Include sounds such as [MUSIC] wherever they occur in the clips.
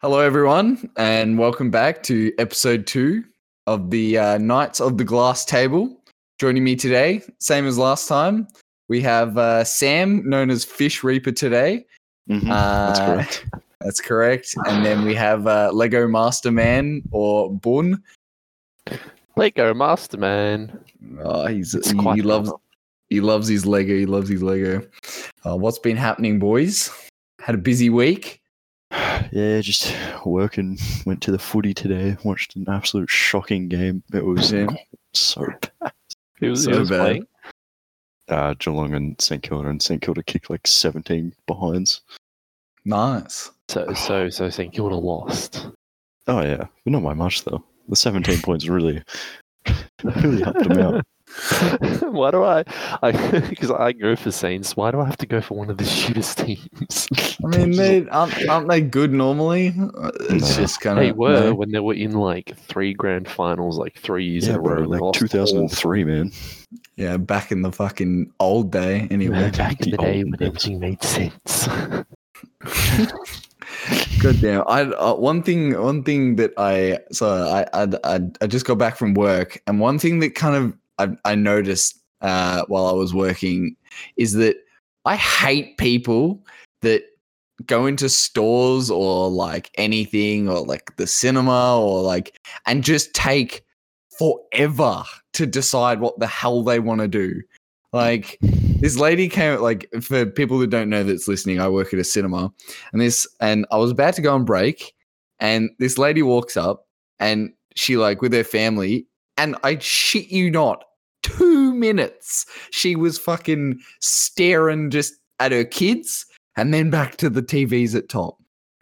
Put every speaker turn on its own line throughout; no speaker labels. Hello, everyone, and welcome back to episode two of the uh, Knights of the Glass Table. Joining me today, same as last time, we have uh, Sam, known as Fish Reaper today.
Mhm, that's
Uh,
correct.
That's correct. And then we have uh, Lego Masterman or Bun.
Lego Masterman.
Oh, he's
It's
he,
quite
he loves
clever.
he loves his Lego. He loves his Lego. Uh, what's been happening, boys? Had a busy week.
Yeah, just working. Went to the footy today. Watched an absolute shocking game. It was
Yeah.
so bad.
He was, he
So
was
bad.
playing.
Uh, Geelong and St Kilda, and St Kilda kicked like 17 behinds.
Nice.
So so so St Kilda lost. [LAUGHS]
Oh yeah, but not by much though. The 17 points really, really helped them out.
why do I? [LAUGHS] Because I, go for Saints. Why do I have to go for one of the [LAUGHS] shooters teams?
I mean, they aren't, aren't they good normally? Uh, It's
No.
just kind of
they were when they were in like three grand finals, like three
[LAUGHS]
years
Yeah,
in a row.
bro,
and they
like
lost all
2003, man.
Yeah, back in the fucking old day, anyway.
Back in
the
the day
old
when
days.
everything made sense. [LAUGHS]
Good damn. I uh, one thing, one thing that I so I, I I I just got back from work, and one thing that kind of I, I noticed uh, while I was working is that I hate people that go into stores or like anything or like the cinema or like and just take forever to decide what the hell they want to do. Like this lady came like for people that don't know that's listening, I work at a cinema and this and I was about to go on break and this lady walks up and she like with her family and I shit you not 2 minutes she was fucking staring just at her kids and then back to the TVs at top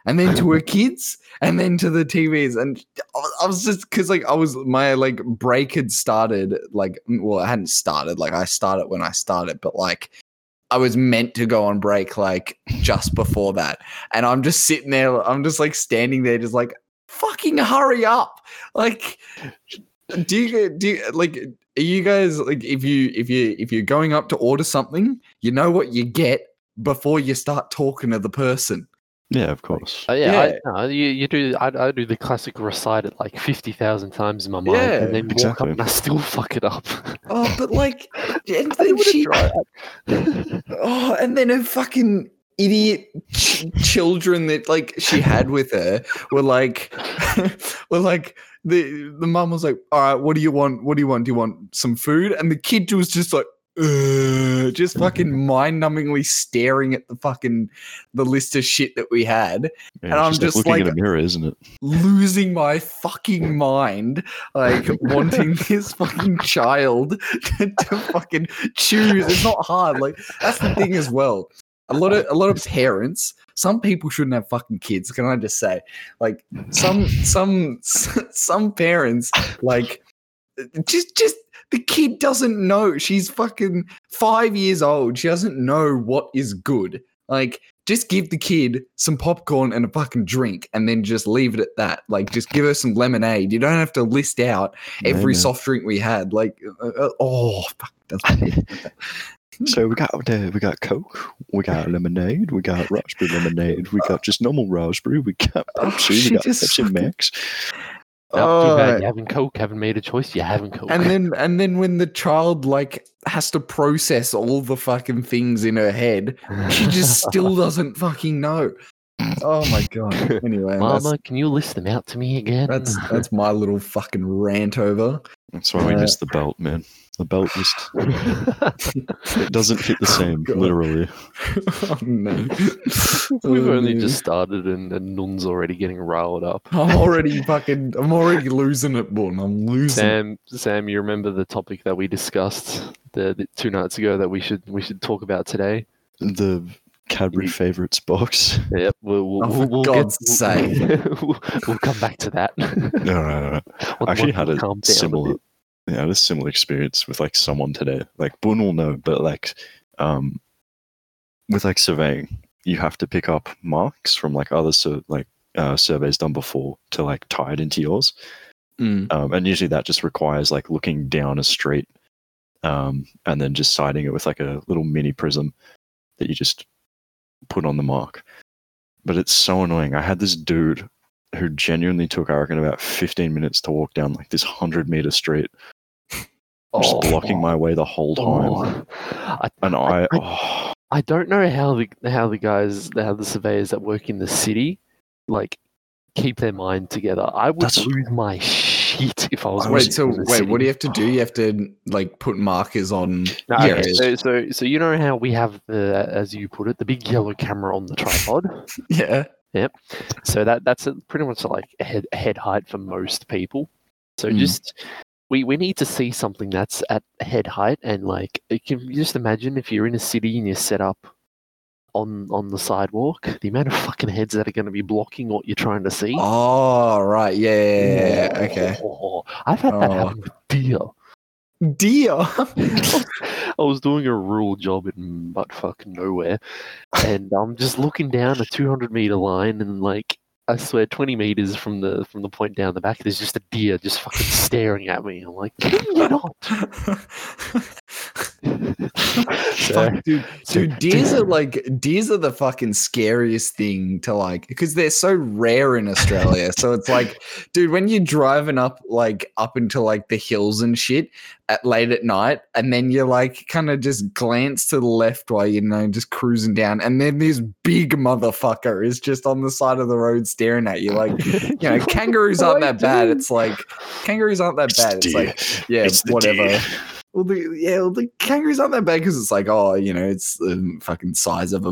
and then to her kids and then to the TVs and I was- I was just cuz like I was my like break had started like mm, well I hadn't started like I started when I started but like I was meant to go on break like just before that and I'm just sitting there I'm just like standing there just like fucking hurry up like do you get- do you, like are you guys like if you if you if you're going up to order something you know what you get before you start talking to the person
Yeah, of course.
Uh, yeah,
Yeah.
I, no, you, you do. I, I do the classic recite it like fifty thousand times in my mind,
Yeah,
and then walk up
exactly.
and I still fuck it up. [LAUGHS]
Oh, but like, and
I
then
would've
she,
tried.
oh, and then her fucking idiot ch- children that like she had with her were like, [LAUGHS] were like the the mum was like, all right, what do you want? What do you want? Do you want some food? And the kid was just like. "Ugh," just fucking mind-numbingly staring at the fucking the list of shit that we had,
Yeah,
and I'm
it's
just
looking in
like-
a mirror, isn't it?
losing my fucking mind, like wanting this fucking child [LAUGHS] to, to fucking choose. It's not hard. Like that's the thing as well. A lot of a lot of parents. Some people shouldn't have fucking kids. Can I just say, like some some [LAUGHS] some parents like just just the kid doesn't know. She's fucking five years old. She doesn't know what is good. Like, just give the kid some popcorn and a fucking drink and then just leave it at that. Like, just give her some lemonade. You don't have to list out every
Maybe.
soft drink we had. Like, uh, uh, oh, fuck. That's
So we got uh, we got Coke, we got lemonade, we got raspberry lemonade, we got just normal raspberry, we got
Oh,
Pepsi,
she
we got
just
Pepsi
fucking-
Max.
Now, too bad
Oh,
you haven't coke, haven't made a choice. You haven't coke. [LAUGHS]
and then and then when the child like has to process all the fucking things in her head, she just still doesn't fucking know. Oh my god. Anyway, that's-
Mama, can you list them out to me again?
That's [LAUGHS] that's my little fucking rant over. [LAUGHS]
That's why we
Uh,
missed the belt, man. The belt just it doesn't hit [LAUGHS] the same,
God.
literally.
oh, no.
[LAUGHS] We've
Oh,
only
man.
just started, and, and Nun's already getting riled up.
I'm already fucking. I'm already losing it, Bun. I'm losing. it.
Sam, Sam, you remember the topic that we discussed the, the two nights ago that we should we should talk about today?
The Cadbury
Mm.
You-
favorites box.
Yep, we'll we'll,
Oh, for
we'll, we'll
God's
get,
sake.
[LAUGHS] We'll, we'll come back to that.
No,
[LAUGHS]
no, no, no. I actually had a similar, yeah, I had a similar experience with like someone today. Like Boone will know, but like, um, with like surveying, you have to pick up marks from like other sur- like uh, surveys done before to like tie it into yours.
Mm.
um, and usually that just requires like looking down a street um, and then just siding it with like a little mini prism that you just put on the mark but it's so annoying i had this dude who genuinely took, I reckon, about 15 minutes to walk down like this 100 meter street.
Oh,
Just blocking my way the whole time.
Oh. I,
And I,
I-
oh,
I don't know how the how the guys how the surveyors that work in the city like keep their mind together. I would
That's-
lose my shit if I was.
Wait, so
working in the
wait, what do
city.
you have to do? You have to like put markers on.
No,
Yeah,
okay,
it
so, so so you know how we have the as you put it the big yellow camera on the tripod.
[LAUGHS] Yeah.
so that that's a, pretty much like a head a head height for most people. So
Mm.
just we we need to see something that's at head height and like you can you just imagine if you're in a city and you're set up on on the sidewalk, the amount of fucking heads that are going to be blocking what you're trying to see.
Oh right. Yeah. yeah, yeah, Okay.
Oh, I've had that
Oh.
happen with deer.
Deer.
[LAUGHS] I was doing a rural job in buttfuck nowhere, and I'm just looking down a 200 meter line, and like I swear, 20 meters from the from the point down the back, there's just a deer just fucking staring at me. I'm like, can you not? [LAUGHS]
[LAUGHS]
So-
Fuck, dude, dude, deers are like deers are the fucking scariest thing to like because they're so rare in Australia. so it's like, dude, when you're driving up like up into like the hills and shit at late at night, and then you're like kind of just glance to the left while you know just cruising down, and then this big motherfucker is just on the side of the road staring at you. Like, you
[LAUGHS]
know, kangaroos aren't that bad. It's like kangaroos aren't that
it's
bad.
the
It's
deer.
like yeah,
It's the
whatever.
deer.
[LAUGHS] Well, the yeah, well, the kangaroos aren't that bad because it's like, oh, you know, it's the fucking size of a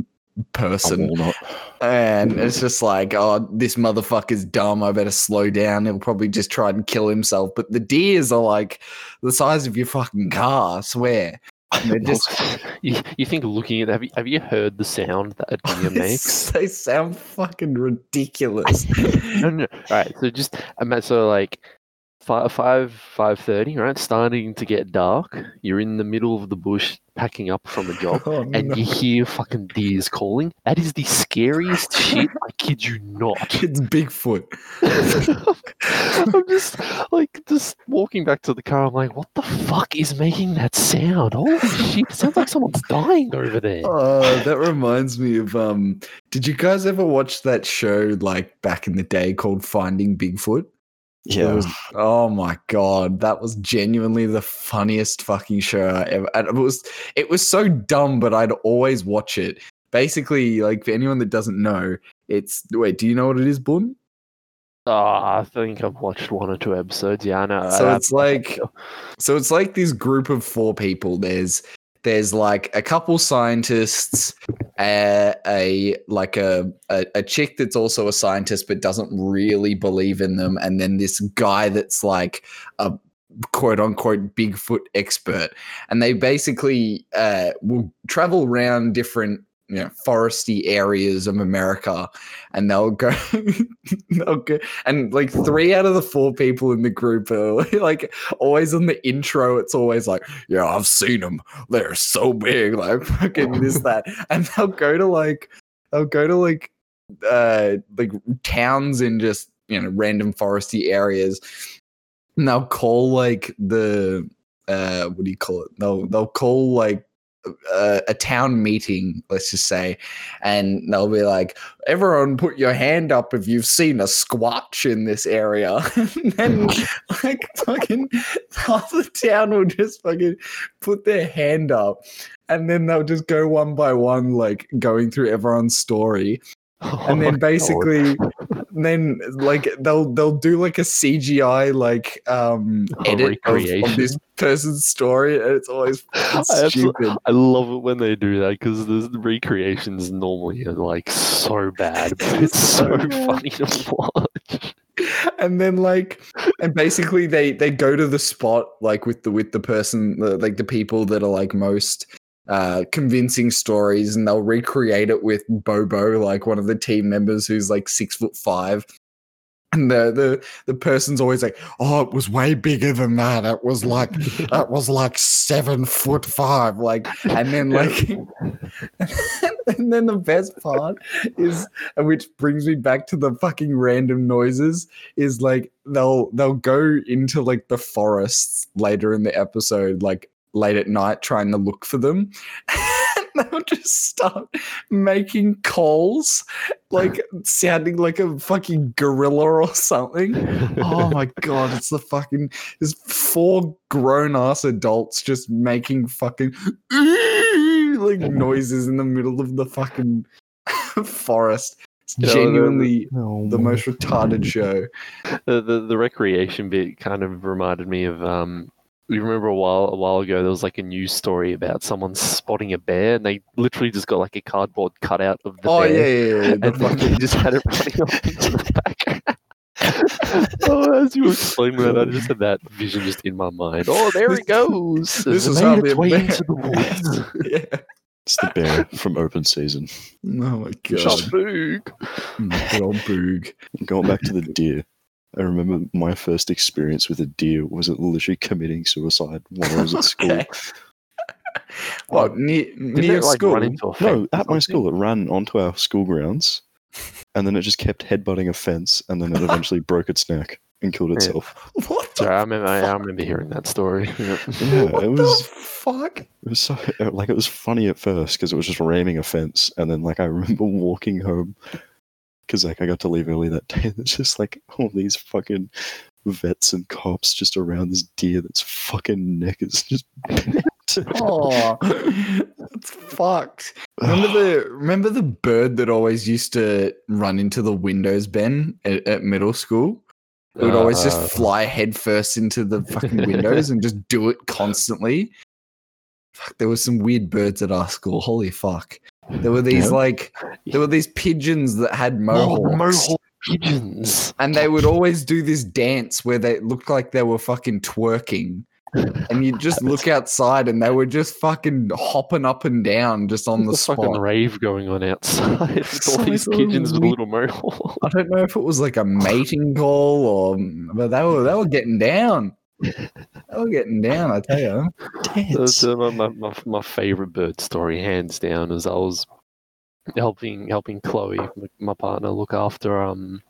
A
person,
walnut.
and it's just like, oh, this motherfucker's dumb. I better slow down. He'll probably just try and kill himself. But the deers are like the size of your fucking car. I swear, And they're
[LAUGHS]
just
you, you think looking at have you, have you heard the sound that a
[LAUGHS]
deer makes?
they sound fucking
[LAUGHS]
ridiculous.
no, no. All right. So just imagine. So like five, five, five thirty. Right, starting to get dark. You're in the middle of the bush, packing up from a job,
Oh,
and
no.
you hear fucking deers calling. That is the
[LAUGHS]
scariest shit. I kid you not. [LAUGHS]
It's Bigfoot.
I'm just like just walking back to the car. I'm like, what the fuck is making that sound? Holy shit! It sounds
[LAUGHS]
like someone's dying over there.
Oh, that reminds me of um. Did you guys ever watch that show like back in the day called Finding Bigfoot? It
Yeah.
was- oh my god, that was genuinely the funniest fucking show I ever. And it was it was so dumb, but I'd always watch it. Basically, like for anyone that doesn't know, it's wait. Do you know what it is, Bun?
Ah, I think I've watched one or two episodes. Yeah, I know.
So
I-
it's like- So it's like this group of four people. There's there's like a couple scientists, a, a like a, a a chick that's also a scientist but doesn't really believe in them, and then this guy that's like a quote unquote Bigfoot expert, and they basically uh, will travel around different. You know, foresty areas of America, and they'll go, [LAUGHS] they'll go, and like three out of the four people in the group are [LAUGHS] like always in the intro, it's always like, yeah, I've seen them. They're so big, like [LAUGHS] fucking this, that. And they'll go to like, they'll go to like, uh, like towns in just, you know, random foresty areas. And they'll call like the, uh, what do you call it? They'll, they'll call like, uh, a town meeting, let's just say, and they'll be like, "Everyone, put your hand up if you've seen a squatch in this area." [LAUGHS] and then, like, fucking [LAUGHS] half the town will just fucking put their hand up, and then they'll just go one by one, like going through everyone's story, and
[LAUGHS] Oh
then
my God.
basically then like they'll they'll do like a cgi like um
A
edit of, of this
recreation?
person's story and it's always
I absol-
stupid
I love it when they do that because the recreations normally are like so bad,
[LAUGHS]
but it's so
bad.
funny to
[LAUGHS]
watch. [LAUGHS]
and then like and basically they they go to the spot like with the with the person the, like the people that are like most uh convincing stories and they'll recreate it with bobo like one of the team members who's like six foot five and the the the person's always like oh it was way bigger than that it was like that was like seven foot five like and then like [LAUGHS] and then the best part is and which brings me back to the fucking random noises is like they'll they'll go into like the [LAUGHS] forests later in the episode like late at night trying to look for them they'll just start making calls, like sounding like a fucking gorilla or something. Oh
[LAUGHS]
my god, it's the fucking there's four grown ass adults just making fucking [LAUGHS]
[LAUGHS]
like noises in the middle of the fucking [LAUGHS] forest. It's
Yeah,
genuinely
No,
[LAUGHS]
the most retarded show.
the, the the recreation bit kind of reminded me of um you remember a while a while ago there was like a news story about someone spotting a bear and they literally just got like a cardboard cutout of the
Oh
bear
yeah, yeah, yeah. The
and then they
fucking [LAUGHS]
just had it running off into the back. [LAUGHS] oh, as you were explaining that, I just had that vision just in my mind. Oh, there
This-
it goes.
this
It
is
made
hardly a
its way
bear.
into the
[LAUGHS]
woods.
yeah.
it's the bear from Open Season.
Oh my god.
Shaboog.
Real boog.
Going
[LAUGHS]
back to the deer, I remember my first experience with a deer was it literally committing suicide while I was at school.
Okay. What near,
Didn't
near
it like
school?
run into a fence?
No, at my school, it ran onto our school grounds, and then it just kept headbutting a fence,
[LAUGHS]
and then it eventually broke its neck and killed itself.
what the,
Sorry, I remember, I remember hearing that story. Yeah.
Yeah,
[LAUGHS] what
it
the
was
fuck?
it was so, [LAUGHS] like it was funny at first because it was just ramming a fence, and then like I [LAUGHS] remember walking home because like I got to leave early that day, and it's just like all these fucking vets and cops just around this deer that's fucking neck is [LAUGHS] just. [SIGHS]
[LAUGHS]
Oh, that's fucked. Remember the remember the bird that always used to run into the windows, Ben, at, at middle school. It would always
Uh,
just fly headfirst into the fucking windows and just do it constantly. Fuck, there were some weird birds at our school. Holy fuck! There were these
Yeah.
like there were these pigeons that had mohawks.
Mohawk pigeons.
and they would always do this dance where they looked like they were fucking twerking. And you just look outside and they were just fucking hopping up and down just on the
There's a fucking
spot.
rave going on outside. [LAUGHS] It's all
So
these
it's all
pigeons with
weird.
little mohawks.
I don't know if it was like a mating call or but they were they were getting down. They were getting down, I tell you.
That's uh, my, my, my, my favorite bird story, hands down, is I was helping helping Chloe, my- my partner, look after um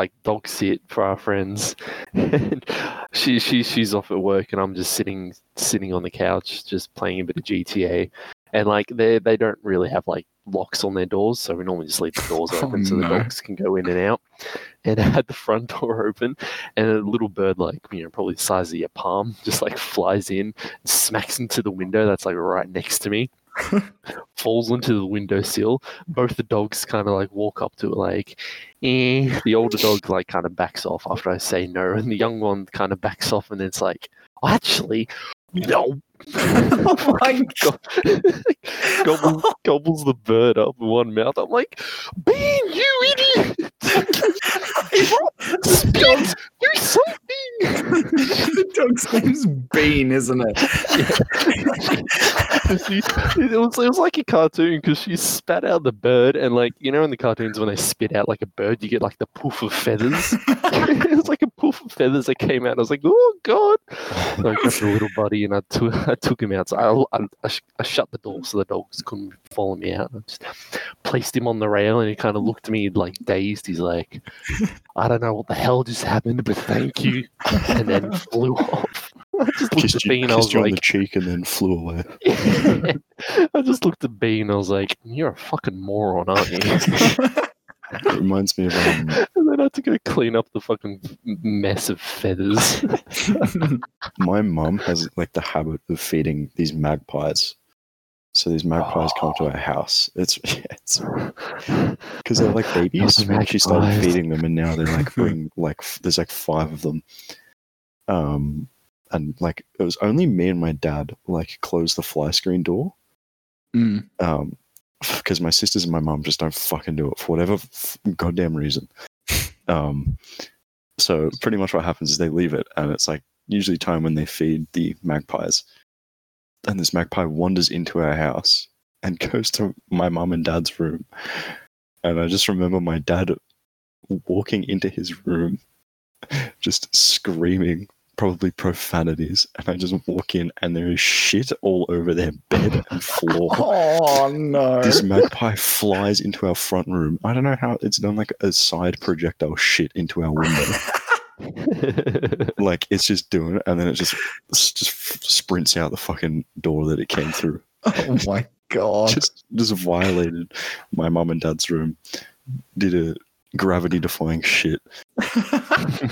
like dog sit for our friends. and [LAUGHS] she she she's off at work and I'm just sitting sitting on the couch just playing a bit of GTA. And like they they don't really have like locks on their doors, so we normally just leave the doors
[LAUGHS] Oh,
open so the
no.
dogs can go in and out. And I had the front door open and a little bird like, you know, probably the size of your palm just like flies in smacks into the window that's like right next
[LAUGHS]
to me, falls into the windowsill. Both the dogs kind of like walk up to it, like, eh. The older dog like kind of backs off after I say no, and the young one kind of backs off, and it's like, actually, no.
Oh my
Go- gobbles, gobbles the bird up with one mouth. I'm like, Ben, you idiot! [LAUGHS] Spit! Do something!
the dog's name's Bean, isn't it?
[LAUGHS] And she, it, was, it was like a cartoon because she spat out the bird, and like you know, in the cartoons when they spit out like a bird, you get like the poof
[LAUGHS]
of feathers. [LAUGHS] it was like a poof of feathers that came out. I was like, oh god! So I grabbed the little buddy and I took I took him out. So I, I, I, sh- I shut the door so the dogs couldn't follow me out. I just placed him on the rail, and he kind of looked at me like dazed. He's like, I don't know what the hell just happened, but thank you,
[LAUGHS]
and then flew off. [LAUGHS] I just looked
Kissed
at
you,
me and I
kissed
was
you on
like,
the cheek and then flew away.
[LAUGHS] I just looked at B and I was like, "You're a fucking moron, aren't you?"
[LAUGHS]
It reminds me of um,
and then I had to go clean up the fucking mess of feathers.
my mum has like the habit of feeding these magpies. So these magpies come to our
Oh.
house. It's [LAUGHS] it's because they're like babies.
Those
And she started
magpies.
feeding them, and now they like bring like f- there's like five of them. Um, and like it was only me and my dad like closed the fly screen door.
Mm.
Um, [LAUGHS] because my sisters and my mom just don't fucking do it for whatever f- goddamn reason. Um, so pretty much what happens is they leave it, and it's like usually time when they feed the magpies. And this magpie wanders into our house and [LAUGHS] goes to my mom and dad's room. And I just remember my dad walking into his room, [LAUGHS] just screaming probably profanities. And I just walk in, and there is shit all over their bed and floor
Oh no.
this magpie flies into our front room. I don't know how it's done like a side projectile shit into our
[LAUGHS]
window. like it's just doing it, and then it just s- just f- sprints out the fucking door that it came through.
[LAUGHS] Oh my God.
just just violated my mum and dad's room, did a gravity defying shit,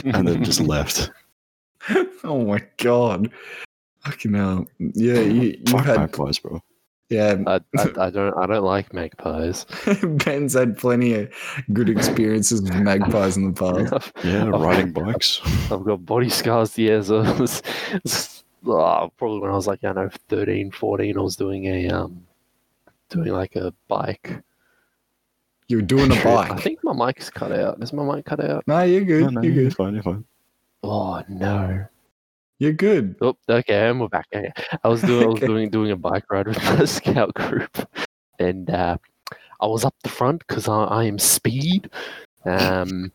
and
[LAUGHS]
then just left.
oh my god. Fucking hell. Yeah, you, you
Fuck
had
magpies, bro.
yeah.
[LAUGHS]
[LAUGHS]
I, I, I don't I don't like magpies.
Ben's had plenty of good experiences with magpies in the past.
[LAUGHS] I've,
Yeah,
Oh,
I've-
riding bikes.
I've got body scars. Yeah, so it's- it's- [LAUGHS] oh, probably when I was like I don't know 13, 14, I was doing a um doing like a bike.
You're doing a
trip. I
bike.
think my mic's cut out. Is my mic cut out?
No, you're good.
No, no,
you're
you're
good.
fine. You're fine.
Oh no.
You're good.
[LAUGHS] Oh, okay, and we're back. Okay. I was doing I was
Okay.
doing doing a bike ride with [LAUGHS] my scout group, and uh, I was up the front because I, I am speed. Um,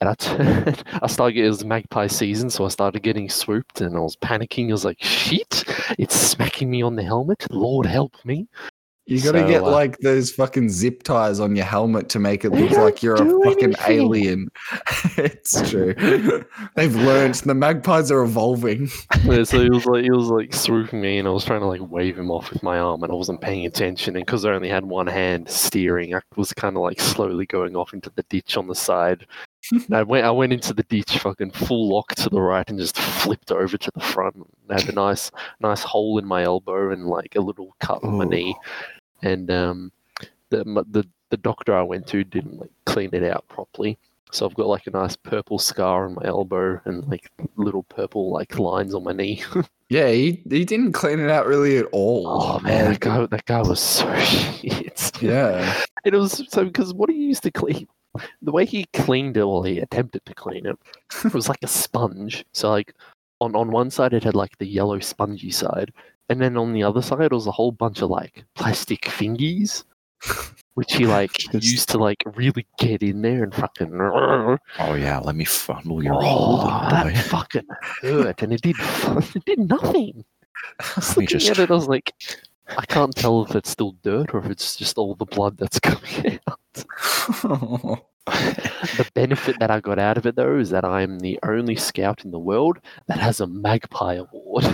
and I turned, [LAUGHS] I started it was magpie season, so I started getting swooped, and I was panicking. I was like, "Shit! It's smacking me on the helmet. Lord help me!"
You gotta
So,
get
uh,
like those fucking zip ties on your helmet to make it
They
look
don't
like you're
do
a fucking
anything.
alien. [LAUGHS] it's true. They've learned the magpies are evolving.
Yeah, so he was like he was like swooping me, and I was trying to like wave him off with my arm, and I wasn't paying attention. And because I only had one hand steering, I was kind of like slowly going off into the ditch on the side. And I went I went into the ditch, fucking full lock to the right, and just flipped over to the front. I had a nice nice hole in my elbow and like a little cut on my
Ooh.
knee. And um, the my- the the doctor I went to didn't like clean it out properly. So I've got like a nice purple scar on my elbow and like little purple like lines on my knee. [LAUGHS]
Yeah, he, he didn't clean it out really at all.
Oh man, that
Like,
guy, that guy was so [LAUGHS] shit.
yeah. [LAUGHS]
It was so because what he used to clean, the way he cleaned it, well, he attempted to clean it, it was like a sponge. So like on on one side it had like the yellow spongy side, and then on the other side it was a whole bunch of like plastic fingies, which he like
Just-
used to like really get in there and [LAUGHS] fucking.
Oh yeah, let me fondle your hole,
Oh,
boy.
that fucking hurt, and it did [LAUGHS] it did nothing. I was
[LAUGHS]
Let me
looking
just-
at it, I was like, I can't tell if it's still dirt or if it's just all the blood that's [LAUGHS] coming out. The benefit that I got out of it though is that I'm the only scout in the world that has a
[LAUGHS]
magpie award.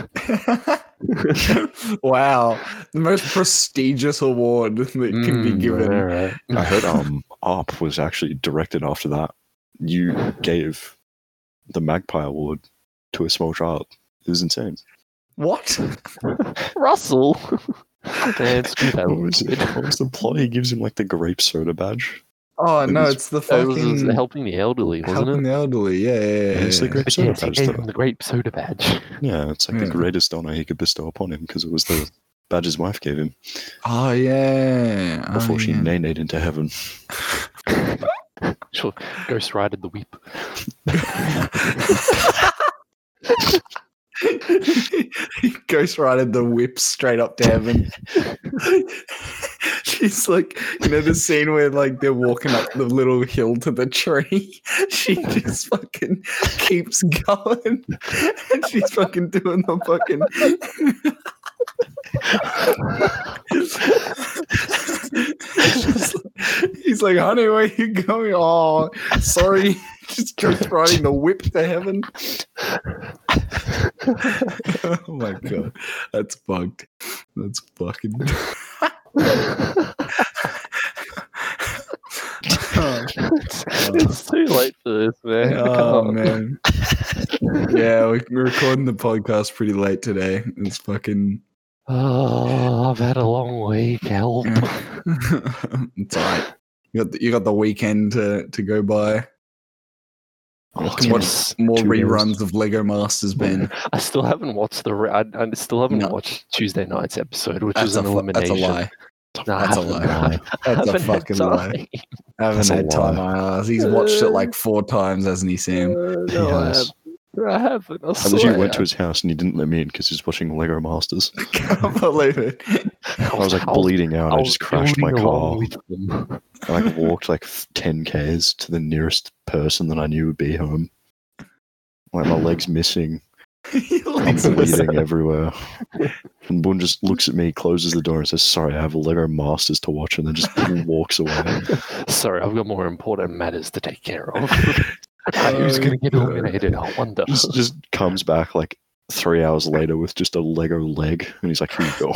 wow. The most prestigious award that can
Mm,
be given.
Mm, I heard um Op was actually directed after that. You gave the Magpie Award to a small child. It was insane.
What? [LAUGHS]
[LAUGHS] Russell. Man, screw that
What
little
was,
kid.
what was the plot? He gives him like the grape soda badge.
Oh
It
no,
was-
it's the
That was- was
fucking
helping the elderly,
helping
wasn't it?
the elderly. Yeah, yeah, yeah.
It's the
yeah.
grape
But
soda
yes, he
badge.
gave
though.
him the grape soda badge. [LAUGHS]
Yeah, it's like
Yeah.
the greatest honor he could bestow upon him because it was the badge his wife gave him
Oh yeah. Oh,
before she
yeah.
nay-nayed
[LAUGHS]
into heaven.
Sure, Ghost Rider the
[LAUGHS]
Whip. [LAUGHS]
he ghostwrited the whip straight up to heaven. She's like, you know, the scene where like they're walking up the little hill to the tree. [LAUGHS] She just fucking keeps going, [LAUGHS] and she's fucking [LAUGHS] doing the fucking. She's like- He's like, honey, where you going? Oh, sorry. [LAUGHS] Just keeps riding the whip to heaven. [LAUGHS] oh
[LAUGHS]
my god, that's bugged. That's fucking. oh
it's, it's too late for this, Oh, man. I can't.
man, yeah, we- we're recording the podcast pretty late today. It's fucking. [LAUGHS]
Oh, I've had a long week. Help.
Mm.
[LAUGHS]
it's alright. You got the, you got the weekend to to go by.
Oh,
can watch
yes.
More
Two days.
reruns of Lego Masters, Ben.
I still haven't watched the. Re- I, I still haven't
No.
watched Tuesday night's episode, which
That's
was
a,
an
fu- that's a
elimination.
lie.
[LAUGHS] No, I
That's a
haven't.
[LAUGHS] lie.
That's a
I haven't had
fucking lie.
time.
I haven't
That's a
had time. I asked. He's watched it like four times, hasn't he, Sam?
[LAUGHS]
[LAUGHS]
He
Uh, no,
has.
I haven't. I haven't. I
I literally
swear.
went to his house and he didn't let me in because he was watching Lego [LAUGHS] Masters.
I can't believe it. [LAUGHS]
I was like bleeding out. I,
was
just crashed my
building along
car.
with them. [LAUGHS]
I like walked like f- 10 k's to the nearest person that I knew would be home. Like my legs missing,
Your
I'm
[LAUGHS]
legs are missing.
bleeding everywhere. And Boone just looks at me, closes the door, and says, "Sorry, I have a Lego Masters to watch," and then just walks away.
Sorry, I've got more important matters to take care of. [LAUGHS] Who's
Oh,
going to get
God.
eliminated? I wonder. [LAUGHS]
Just just comes back like three hours later with just a Lego leg, and he's like, "Here you go."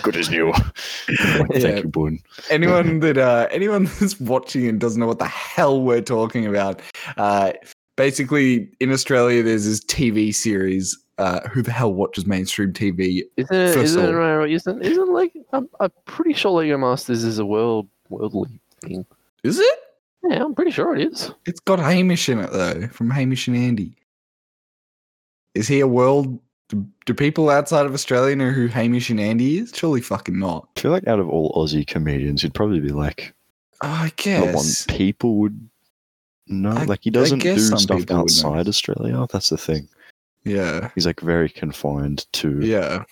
[LAUGHS] Good as new. Like,
Yeah.
Thank you, Boone. [LAUGHS]
anyone that uh, anyone [LAUGHS] that's watching and doesn't know what the hell we're talking about, uh, basically in Australia there's this TV series. Uh, who the hell watches mainstream TV?
Isn't it,
First
isn't,
of
it,
all-
right- isn't isn't like I'm, I'm pretty sure Lego Masters is a world worldly thing.
Is it?
Yeah, I'm pretty sure
[LAUGHS]
it is.
It's got Hamish in it though, from Hamish and Andy. Is he a world? Do, do people outside of Australia know who Hamish and Andy is? Surely fucking not.
I feel like out of all Aussie comedians, he'd probably be like
Oh, I
the
guess.
one people would know.
I-
like he
I
doesn't
guess
do
some
stuff
people would know.
outside Australia. That's the thing.
Yeah,
He's like very confined to
yeah.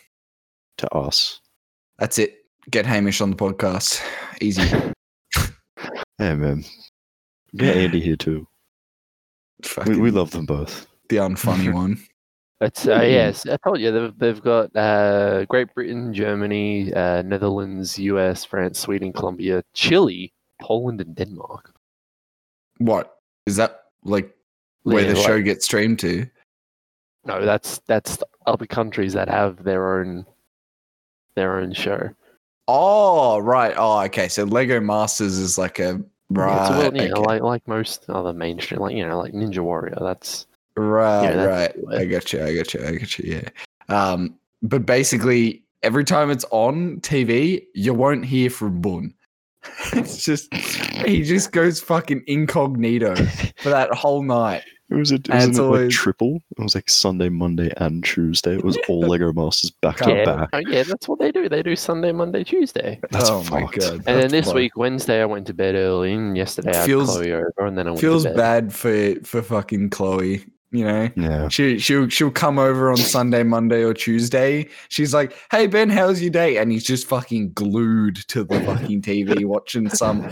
to us.
That's it. Get Hamish on the podcast. Easy.
Hey man, get Andy here too. We,
Fucking
[LAUGHS] we love them both.
the
[LAUGHS]
unfunny one.
It's uh,
Hmm.
yes, I told you they've, they've got uh, Great Britain, Germany, uh, Netherlands, U.S., France, Sweden, Colombia, Chile, Poland, and Denmark.
What is that like? Where
Yeah,
the
like-
show gets streamed to?
No, that's that's the other countries that have their own their own show.
Oh, right. Oh, okay. So Lego Masters is like a right,
It's a world, you know,
okay.
like like most other mainstream, like you know, like Ninja Warrior. That's
right,
that's
right.
the way.
I got you. I got you. I got you. Yeah. Um, but basically, every time it's on TV, you won't hear from Boone. [LAUGHS] it's just
[LAUGHS]
he just goes fucking incognito for that whole night.
It was a, it
And
was
it's
an, like
always-
triple. It was like Sunday, Monday, and Tuesday. It
[LAUGHS]
was all Lego Masters back to
yeah,
back.
oh, yeah, that's what they do. They do Sunday, Monday, Tuesday.
That's
oh my
fucked.
god.
And then
that's
this
fucked.
week, Wednesday, I went to bed early, and yesterday I had
Feels-
Chloe over, and then I went
feels
to bed.
bad for for fucking Chloe. You know,
Yeah.
She she'll she'll come over on Sunday, Monday, or Tuesday. She's like, "Hey Ben, how's your day?" And he's just fucking glued to the fucking TV,
[LAUGHS]
watching some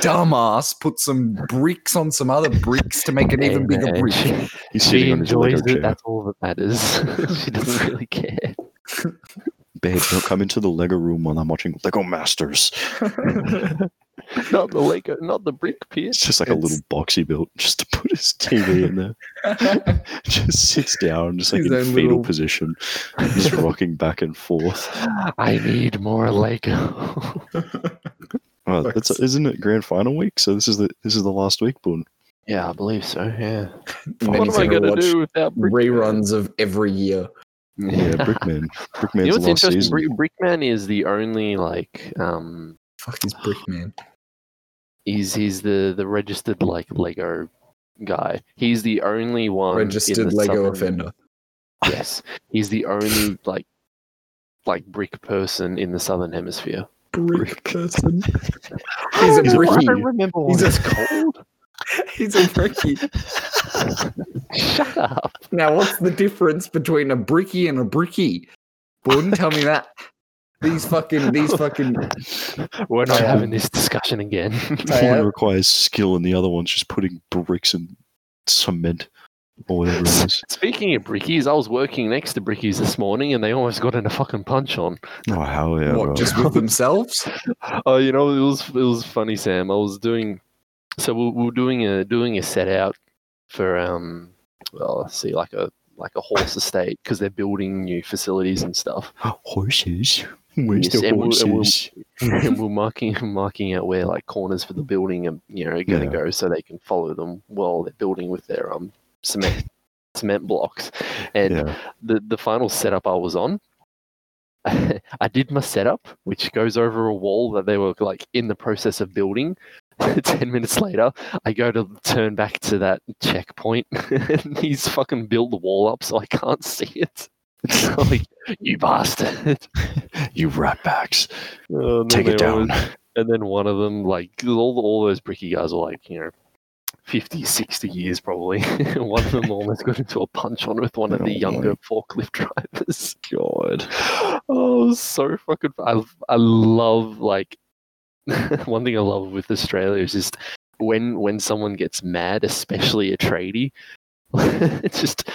dumbass put some bricks on some other bricks to make an even
Hey,
bigger
man,
brick.
[LAUGHS] She,
He's
she
sitting on his Lego
enjoys it.
chair.
That's all that matters. [LAUGHS] she doesn't really care.
Babe, don't come into the Lego room while I'm watching Lego Masters.
Not the Lego, not the brick
It's
piece.
just like a little box he built just to put his TV
[LAUGHS]
in there. [LAUGHS] just sits down, just like
His
in
own
fetal
little-
position,
[LAUGHS]
just rocking back and forth.
I need more Lego. [LAUGHS]
Well, Oh, that's,
Fucks.
isn't it grand final week? So this is the this is the last week, Boone.
yeah, I believe so. Yeah.
And then
what
he's
am I
gonna
gonna
watch
do without brick
Reruns of every year.
Yeah, Brickman. Brickman's
You know what's
last
interesting?
season.
Brick, Brickman is the only like um
Fuck is brick man.
he's he's the the registered like Lego guy. He's the only one in
Registered
the
Lego
southern-
offender.
Yes, he's the only like like brick person in the southern hemisphere.
Brick person.
I don't
He's a
know- I
brickie.
don't remember what
He's a-
it's called.
He's a brickie.
[LAUGHS] Shut up.
Now, what's the difference between a bricky and a bricky? Wouldn't tell me that. These fucking, these fucking. [LAUGHS]
We're not
I, um,
having this discussion again.
One
I-
requires skill, and the other one's just putting bricks and cement or whatever
[LAUGHS]
it is.
[LAUGHS] Speaking of brickies, I was working next to brickies this morning, and they almost got in a fucking punch on.
Oh hell [LAUGHS] yeah!
what,
bro.
just with themselves?
Oh, you know, it was it was funny, Sam. I was doing so we we were doing a doing a set out for um well, let's see, like a like a horse estate because they're building new facilities and stuff.
[GASPS] horses. Where's
Yes,
the
and we'll-
horses?
and we'll-
[LAUGHS]
[LAUGHS] and we're marking [LAUGHS] marking out where like corners for the building are you know going to
Yeah.
go so they can follow them while they're building with their um cement cement blocks. And
yeah.
the the final setup I was on, [LAUGHS] I did my setup, which goes over a wall that they were like in the process of building. [LAUGHS] Ten minutes later, I go to turn back to that checkpoint, [LAUGHS] and he's fucking built the wall up, so I can't see it. [LAUGHS] I'm like, you bastard!
You ratbacks.
Oh, and then
Take it
they always-
down.
and then one of them, like all all those bricky guys, were like, you know. 50, 60 years probably. [LAUGHS] one
[LAUGHS]
of them almost got into a punch on with one of
Oh
the
my
younger forklift [LAUGHS] drivers.
God.
Oh, it was so fucking. I I love like [LAUGHS] one thing I love with Australia is just when when someone gets mad, especially a tradie, [LAUGHS] it's just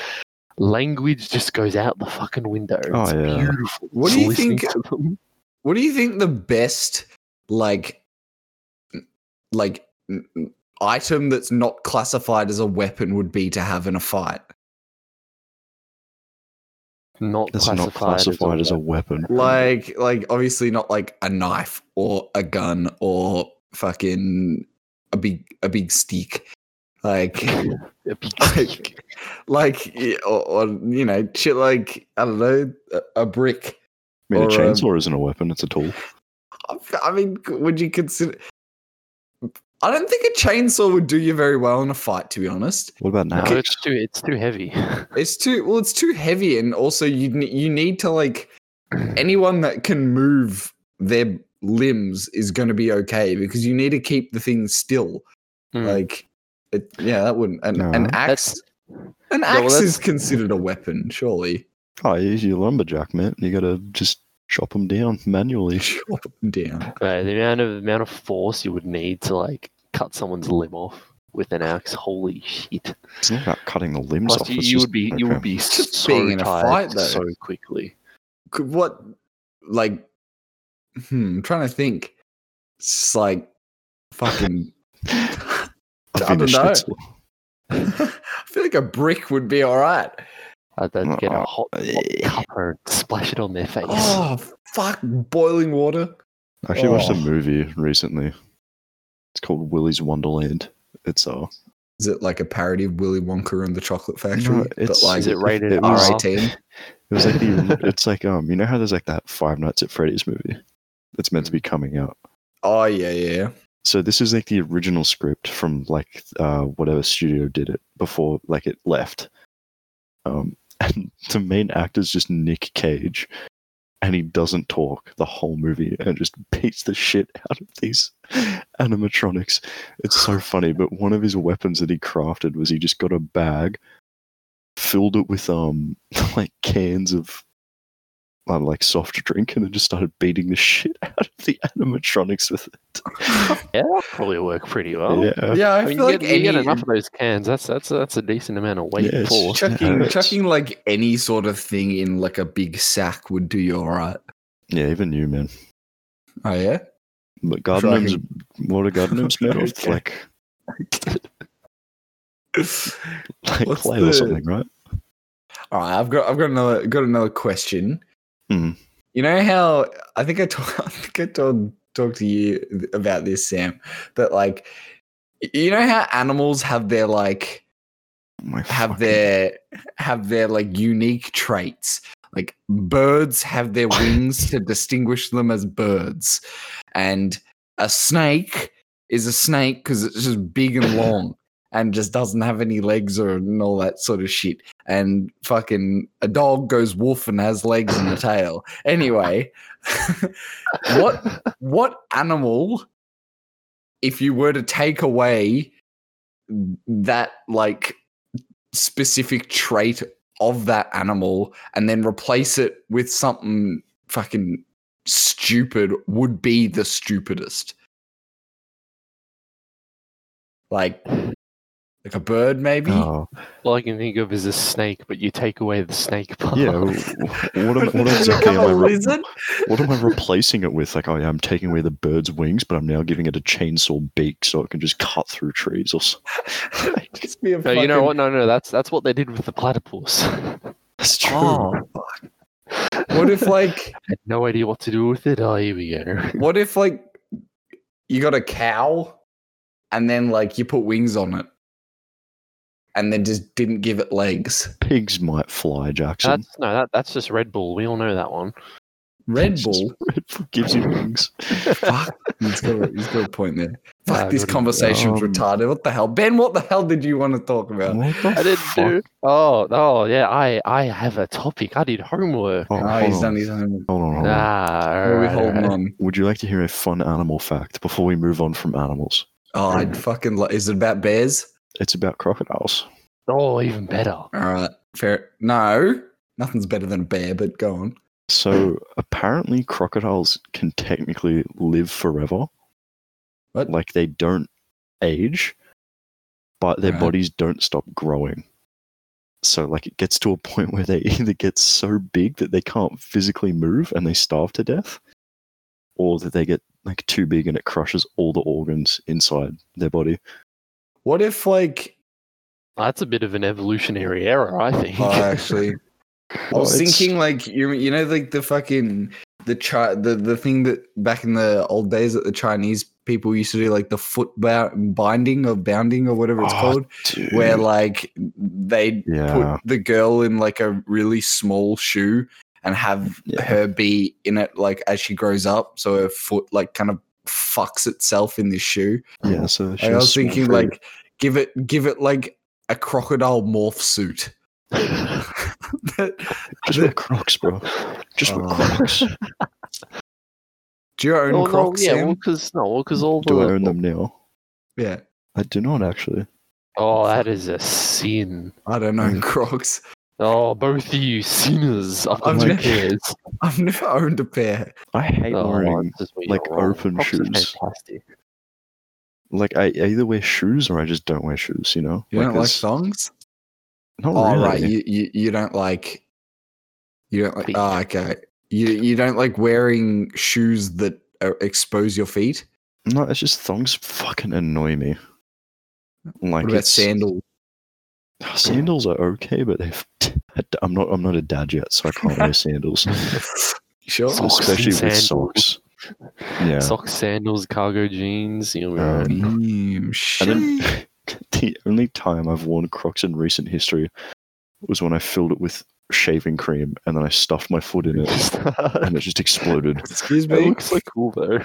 language just goes out the fucking window.
Oh,
It's
yeah.
beautiful.
What
Just
do you
listening
think-
to them.
What do you think the best, like, like n- item that's not classified as a weapon would be to have in a fight?
not
That's
classified,
not classified as a
weapon.
weapon.
Like, like obviously not like a knife or a gun or fucking a big a big stick, like
[LAUGHS] A
[LAUGHS]
big
[LAUGHS] like like y- or, or you know shit like I don't know a- a brick.
I mean,
or, um,
a chainsaw isn't a weapon; it's a tool.
I f- I mean, c- would you consider? I don't think a chainsaw would do you very well in a fight, to be honest.
What about an
No,
axe?
it's too it's
[LAUGHS]
too heavy.
It's too well. It's too heavy, and also you ne- you need to
[CLEARS THROAT]
like anyone that can move their limbs is going to be okay because you need to keep the thing still.
Hmm.
Like, it, yeah, that wouldn't. An, an
No.
axe. An
Yeah, well,
axe is
that's-
considered a weapon, surely. [LAUGHS]
Oh, he's your lumberjack, man. You gotta just chop them down manually.
Chop 'em down.
Right, the amount of amount of force you would need to like cut someone's limb off with an axe. Holy shit!
It's not about cutting the limbs
Plus,
off.
you,
it's
you
just-
would be you
okay.
would be
Just
so
being in a
tired
fight, though.
so quickly.
Could what? Like, hmm. I'm trying to think. It's like
[LAUGHS]
fucking.
I've
I
been a
don't know.
schnitzel.
I feel like a brick would be all right.
I'd, I'd get a
Oh,
hot, hot
eh.
cuppa and splash it on their face.
Oh fuck! Boiling water.
I actually watched a
Oh.
movie recently. It's called Willy's Wonderland. It's uh,
Is it like a parody of Willy Wonka and the Chocolate Factory?
No, it's-
but like
Is it rated
it
R?
was-
R18.
it was like the, it's like um, you know how there's like that Five Nights at Freddy's movie that's meant to be coming out.
Oh yeah, yeah.
So this is like the original script from like uh, whatever studio did it before like it left. Um, [LAUGHS] and the main actor's just Nick Cage, and he doesn't talk the whole movie and just [LAUGHS] beats the shit out of these [LAUGHS] animatronics. It's so funny. But one of his weapons that he crafted was he just got a bag, filled it with um [LAUGHS] like cans of. uh, Like soft drink, and then just started beating the [LAUGHS] shit out of the [LAUGHS] animatronics with it.
[LAUGHS] yeah, that'd probably work pretty well.
yeah.
yeah, I
I mean,
feel
you,
like
get, you get
any
enough of those cans. That's that's that's a decent amount of weight
Yeah,
and
it's
force.
chucking
Yeah.
chucking like any sort of thing in like a big sack would do you all right.
Yeah, even you, man.
Oh
[LAUGHS]
yeah.
But
sure I
gardeners, what are gardeners made of?
Okay.
Like, like
What's
clay
the-
or something, right?
All right, I've got I've got another got another question.
Mhm.
You know how I think I talk, [LAUGHS] I think I told talked to you th- about this, Sam. But like, y- you know how animals have their like
My
have
fucking-
their have their like unique traits. Like birds have
[LAUGHS]
their wings to distinguish them as birds, and a snake is a snake because it's just big and
[LAUGHS]
long and just doesn't have any legs or and all that sort of shit. And fucking a dog goes wolf and has legs and a tail. Anyway, [LAUGHS] what what animal, if you were to take away that like specific trait of that animal and then replace it with something fucking stupid would be the stupidest. Like like a bird maybe?
Oh,
All I can think of is a snake, but you take away the snake part.
yeah. w- w-
[LAUGHS]
What, am, what exactly
Become
am I?
a [LAUGHS]
Re-
lizard?
what am I replacing it with? Like, oh yeah, I'm taking away the bird's wings, but I'm now giving it a chainsaw beak so it can just cut through trees or something. [LAUGHS]
Just be a
No, you know
fucking-
what? No, no, that's that's what they did with the platypus. [LAUGHS] I
That's true.
Oh, fuck. What if like
had no idea what to do with it. Oh, here we go.
what if like you got a cow and then like you put wings on it and then just didn't give it legs?
Pigs might fly, Jackson.
That's, no, that, that's just Red Bull. We all know that one.
Red
It's just- [LAUGHS]
Bull.
Red Bull gives you wings.
[LAUGHS] Fuck. He's got, a, he's got a point there. Fuck,
Uh,
this
good-
conversation's
um,
retarded. What the hell? Ben, what the hell did you want to talk about?
What the
I didn't
fuck?
do. Oh, oh, yeah. I, I have a topic. I did homework.
Oh,
Oh,
hold,
he's
on.
done his own.
hold on, hold on.
Ah, all
We're
right, all
holding
right.
on.
Would you like to hear a fun animal fact before we move on from animals?
Oh, I'd fucking lo- Is it about bears?
It's about crocodiles.
Oh, even better.
All right. Fair. No. Nothing's better than a bear, but go on.
So apparently, crocodiles can technically live forever.
What?
Like they don't age, but their
Right.
bodies don't stop growing. So like it gets to a point where they [LAUGHS] either get so big that they can't physically move and they starve to death, or that they get like too big and it crushes all the organs inside their body.
What if, like,
That's a bit of an evolutionary error, I
[LAUGHS]
think. [LAUGHS]
oh, actually, I was
Oh, it's-
thinking like you you know like the fucking the chi- the the thing that back in the old days that the Chinese people used to do like the foot bow- binding or bounding or whatever it's
Oh,
called
dude.
where like they
yeah,
put the girl in like a really small shoe and have
Yeah.
her be in it like as she grows up so her foot like kind of fucks itself in this shoe
yeah. So
And I was thinking like give it give it like a crocodile morph suit
just wear Crocs, bro. Just wear
Oh.
Crocs.
do you own
Oh, no,
crocs
yeah,
Sam?
well, because no, well, [LAUGHS] 'cause all
Do I
the
own them now?
yeah
I do not actually.
oh, that is a sin.
i don't own
[LAUGHS] Mm.
crocs
Oh, both of you sinners up
I'm
in
just-
your ears.
i've never owned a pair
I hate
Oh,
wearing
this is where you're
like,
wrong.
open
Crocs are
shoes.
fantastic.
like I, I either wear shoes or I just don't wear shoes. You know,
you don't like
it's-
thongs
Not
oh
really.
right you, you you don't like you don't like
Feet.
oh okay you you don't like wearing shoes that uh, expose your feet
No, it's just thongs fucking annoy me. Like
what about
it's-
sandals
[SIGHS]
[LAUGHS]
Sandals are okay, but they've, [LAUGHS] I'm not. I'm not a dad yet, so I can't wear sandals, [LAUGHS]
sure
Socks and
especially with
sandals.
socks. Yeah,
Socks, sandals, cargo jeans. e You know,
Um,
wearing-
Damn,
and
shit.
[LAUGHS] then [LAUGHS] the only time I've worn Crocs in recent history was when I filled it with shaving cream and then I stuffed my foot
[LAUGHS]
in it
that
and it just exploded. [LAUGHS]
Excuse me.
looks so cool though.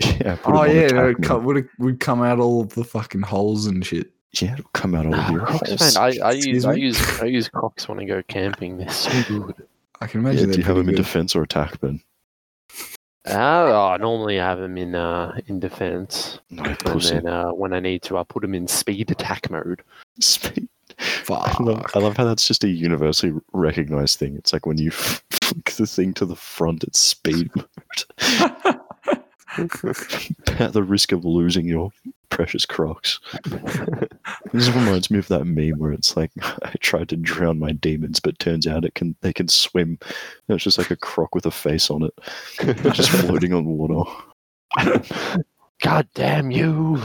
Yeah, put it
Oh
on
yeah,
attack
no, it
mode.
come, would it would come out all of the fucking holes and shit.
Yeah, it'll come out all
Nah,
of your
Crocs,
holes.
man. Ah, I, I
Excuse
use I
me?
use I use Crocs when I go camping. They're so good.
I can
Yeah,
imagine.
do
they're
you have them
pretty good.
in defense or attack bin?
Uh, oh, normally I have them in uh, in defense,
No, you
and
pussy.
then uh, when I need to, I put them in speed attack mode.
[LAUGHS]
[LAUGHS]
Speak.
Fuck.
[LAUGHS] I love, I love how that's just a universally recognized thing. It's like when you [LAUGHS] flick the thing to the front at speed [LAUGHS] mode, at the risk of losing your precious Crocs. [LAUGHS] This reminds me of that meme where it's like, [LAUGHS] I tried to drown my demons, but turns out it can they can swim. And it's just like a croc with a face on it, [LAUGHS] just floating on water.
God damn you!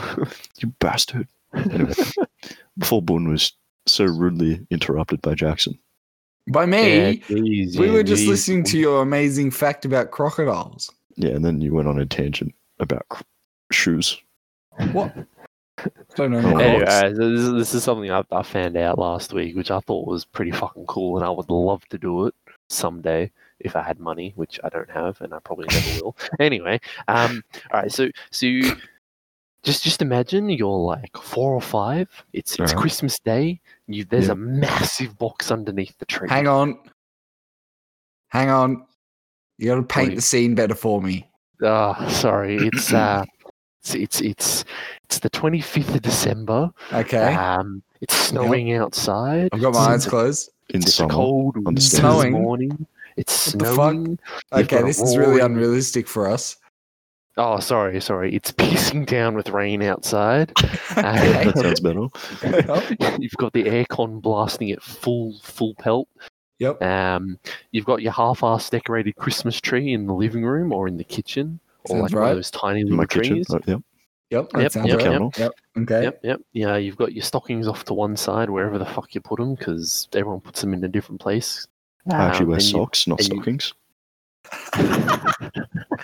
You bastard! Anyway, [LAUGHS] before Boone was so rudely interrupted by Jackson.
By
Yeah,
me,
geez,
we
yeah,
were just
geez.
listening to your amazing fact about crocodiles.
Yeah, and then you went on a tangent about cr- shoes.
What? don't know.
Oh,
Crocs.
Anyway, uh, this, is- this is something I, I found out last week, which I thought was pretty fucking cool, and I would love to do it someday if I had money, which I don't have, and I probably never
[LAUGHS]
will. Anyway, um, all right, so so you- just just imagine you're like four or five. It's it's
Uh-huh.
Alright.
Christmas Day. You there's
Yeah.
a massive box underneath the tree.
Hang on. Hang on. You gotta paint
Wait.
the scene better for me.
Ah, sorry, it's uh, it's it's it's it's the twenty fifth of December.
Okay.
Um, it's snowing outside.
I've got
[LAUGHS]
my eyes closed.
In
It's
summer,
cold, windy
Snowing.
morning. It's
What the fuck?
snowing. You've
Okay,
got a
this is really
roaring-
unrealistic for us.
[LAUGHS] Oh, sorry, sorry. It's [LAUGHS] pissing down with rain outside.
[LAUGHS]
[LAUGHS]
Yeah,
Ah.
Okay.
that sounds better.
Yep.
You've got the aircon blasting at full full pelt.
Yep.
Um, you've got your half-ass decorated Christmas tree in the living room or in the kitchen or
Sounds
like one
right.
of those tiny
In
little
my kitchen.
trees.
Oh, yep.
Yep. That
Yep,
sounds
yep,
right.
yep.
Yep. Okay. [SIGHS]
Yep, yep. Yeah, you've got your stockings off to one side, wherever the fuck you put them, because everyone puts them in a different place.
I actually
Um,
wear
and you-
socks, not
and you-
stockings.
[LAUGHS] and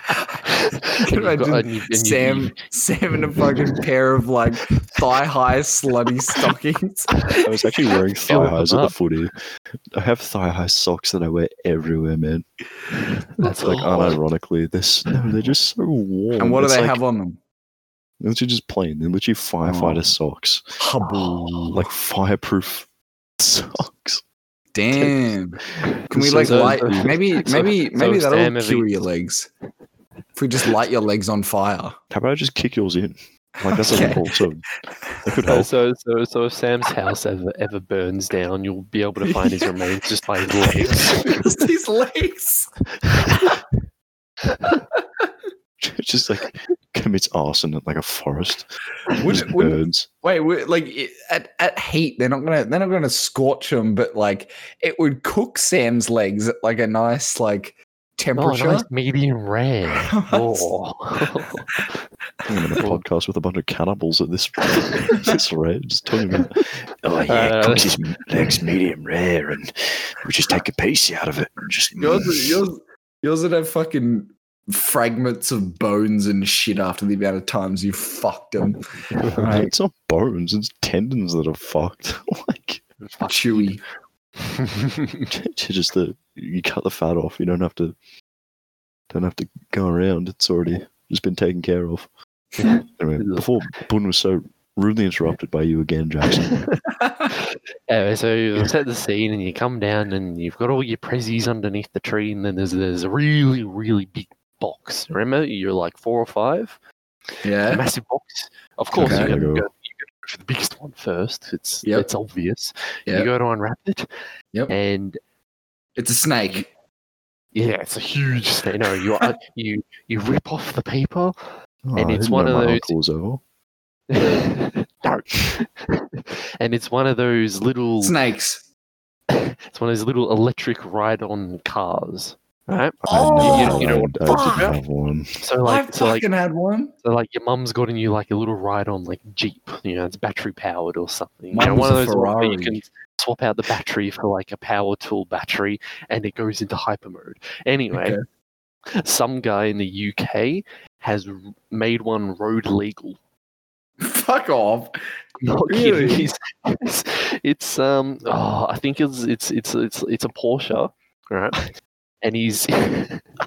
Can you
you've got-
imagine
and you've- and you've-
Sam, Sam in a fucking pair of like thigh high
[LAUGHS]
slutty stockings.
I was actually wearing
Fill
thigh
them
highs at the
up.
footy. I have thigh high socks that I wear everywhere, man.
That's
Like
all. [LAUGHS]
unironically, they're s- no, they're just so warm.
And what do
It's
they
like-
have on them?
They're literally just plain. They're literally firefighter
Oh.
socks,
[LAUGHS]
Hubble.
like fireproof [LAUGHS] socks.
Damn. Can we
So
like
so-
light?
[LAUGHS]
Maybe,
so-
maybe,
so
maybe
Sam
that'll
have
cure your legs. If we just light your legs on fire.
How about I just kick yours in? Like that's
Okay.
also that
[LAUGHS]
could
So,
help.
so, so, so if Sam's house ever, ever burns down, you'll be able to find his remains
[LAUGHS]
just by his legs.
Just these legs.
[LAUGHS] just like commits arson at like a forest.
Wouldn't,
Just
wouldn't,
birds.
wait, would, like it- at, at heat, they're not gonna they're not gonna scorch them, but like it would cook Sam's legs at like a nice like temperature.
Oh,
[LAUGHS]
nice medium rare. Oh.
I'm in a podcast with a bunch of cannibals at this this rate. Just talking about, oh yeah,
Uh,
cooks his legs medium rare, and we just take a piece out of it and just.
Yours, yours, yours would have fucking fragments of bones and shit after the amount of times you fucked them. Right.
It's not bones; it's tendons that are fucked. [LAUGHS] like
Chewy.
[LAUGHS] it's just the you cut the fat off. You don't have to. Don't have to go around. It's already just been taken care
[LAUGHS]
of. Anyway, before Boone was so rudely interrupted by you again, Jackson.
[LAUGHS] Anyway, so you set the scene and you come down and you've got all your prezzies underneath the tree, and then there's there's a really really big box. Remember, you're like four or five.
[LAUGHS]
A
Yeah.
massive box. Of course,
Eh? Okay.
you gotta
Yeah,
go.
go.
You gotta go for the biggest one first. It's
Yep.
it's obvious.
Yep.
You go to unwrap it,
Yep.
and
It's a snake.
yeah, it's a huge snake. No, you
[LAUGHS]
you you rip off the paper. [LAUGHS]
Oh,
And
I
it's
didn't
one
know
of
my
those-
uncle was over.
no, and it's one of those little
Snakes.
it's one of those little electric ride-on cars, right?
Oh,
I, didn't
you
have
know
one.
what?
I
Fuck.
didn't have one.
So like
I've
so like
fucking had one.
So like your mum's gotten you like a little ride on like Jeep, you know, it's battery powered or something.
Mine
you know,
was
one of
a
those ones where you
Ferrari.
can swap out the battery for like a power tool battery and it goes into hyper mode. Anyway, some guy in the UK has r- made one road legal.
[LAUGHS] Fuck off.
Not
Really?
kidding. He's- It's, it's, um oh, I think it's it's it's it's it's a Porsche, right? And he's [LAUGHS]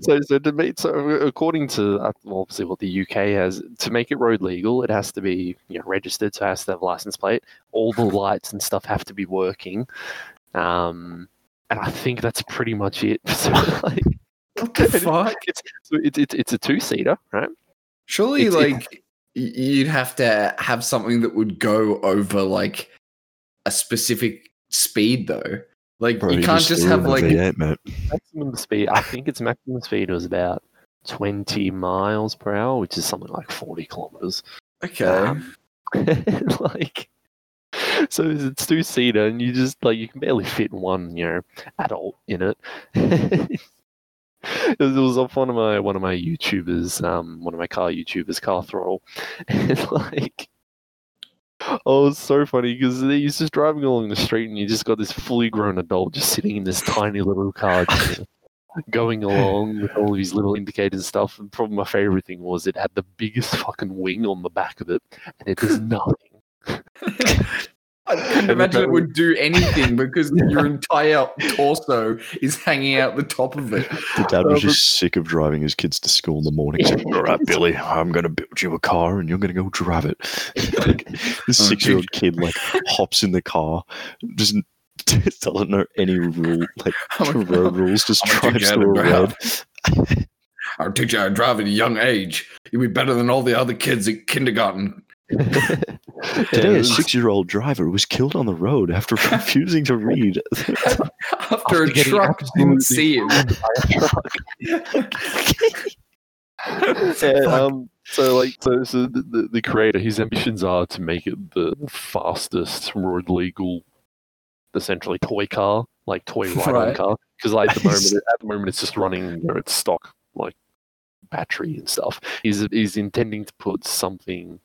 so so to make so according to uh, well, obviously what the UK has to make it road legal, it has to be you know, registered, so it has to have a license plate. All the lights and stuff have to be working. Um, and I think that's pretty much it. [LAUGHS] So like,
What the fuck?
it's so it's it's it's a two seater, right?
Surely,
It's- it's-
like, y you'd have to have something that would go over, like, a specific speed, though. Like,
Bro,
you can't just,
threw
have,
in a
like,
V8, mate.
maximum speed. I think its maximum speed was about twenty miles per hour, which is something like forty kilometers. [LAUGHS]
okay.
Um, like, so it's two seater, and you just like you can barely fit one, you know, adult in it. [LAUGHS] it was it was off one of my one of my YouTubers, um, one of my car YouTubers, Car Throttle, [LAUGHS] and like. Oh, it's so funny because he's just driving along the street, and you just got this fully grown adult just sitting in this tiny
[LAUGHS]
little car, just going along with all these little indicators and stuff. And probably my favorite thing was it had the biggest fucking wing on the back of it, and it
[LAUGHS]
does nothing.
I couldn't imagine it
[LAUGHS]
would [LAUGHS] do anything because your entire torso is hanging out the top of
[LAUGHS]
it.
The dad was
Um,
just sick of driving his kids to school in the morning. He's like, All right, Billy, I'm going to build you a car and you're going to go drive it. Like, this
Oh,
six year old kid like hops in the car, just [LAUGHS] doesn't know any rule, like
I'm a-
road rules, just
I'm a good
drives
guy to
through a
drive.
road.
I'll teach you how to drive at a young age. You'll be better than all the other kids at kindergarten. [LAUGHS]
Today,
Yeah,
a
it's-
six year old driver was killed on the
[LAUGHS]
road after refusing to read. [LAUGHS]
After a
After getting
truck didn't see him.
[LAUGHS] Yeah, um, so like so, so the, the, the creator his ambitions are to make it the fastest road legal essentially toy car like toy ride
Right.
car because like at the moment at the moment it's just running you know, its stock like battery and stuff he's he's intending to put something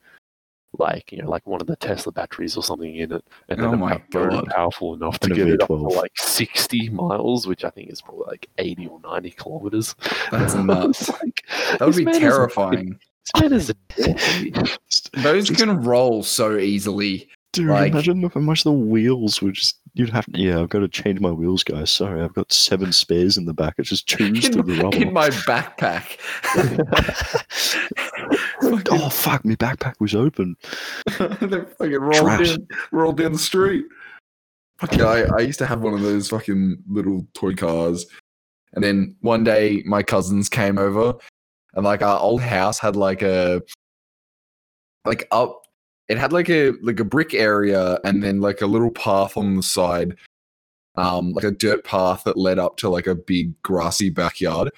like you know like one of the tesla batteries or something in it and
Oh
then
my
a battery
God.
powerful enough
And
to
a
get it up to
V12.
like 60 miles which i think is probably like 80 or 90 kilometers [LAUGHS]
That's nuts.
It's like,
That would
this
be
man is-
terrifying.
this man is a
[LAUGHS]
dick.
Those can roll so easily.
Dude,
Like-
imagine how much the wheels would just. You'd have to. Yeah, I've got to change my wheels, guys. Sorry, I've got seven spares in the back. It just chews
In-
through the rubber.
In my
[LAUGHS]
backpack. [LAUGHS]
oh, fuck, my backpack was open.
[LAUGHS] they fucking rolled
Traps.
down, rolled down the street. Fucking, I, I used to have one of those fucking little toy cars. And then one day my cousins came over and like our old house had like a like up it had like a like a brick area and then like a little path on the side. Um like a dirt path that led up to like a big grassy backyard.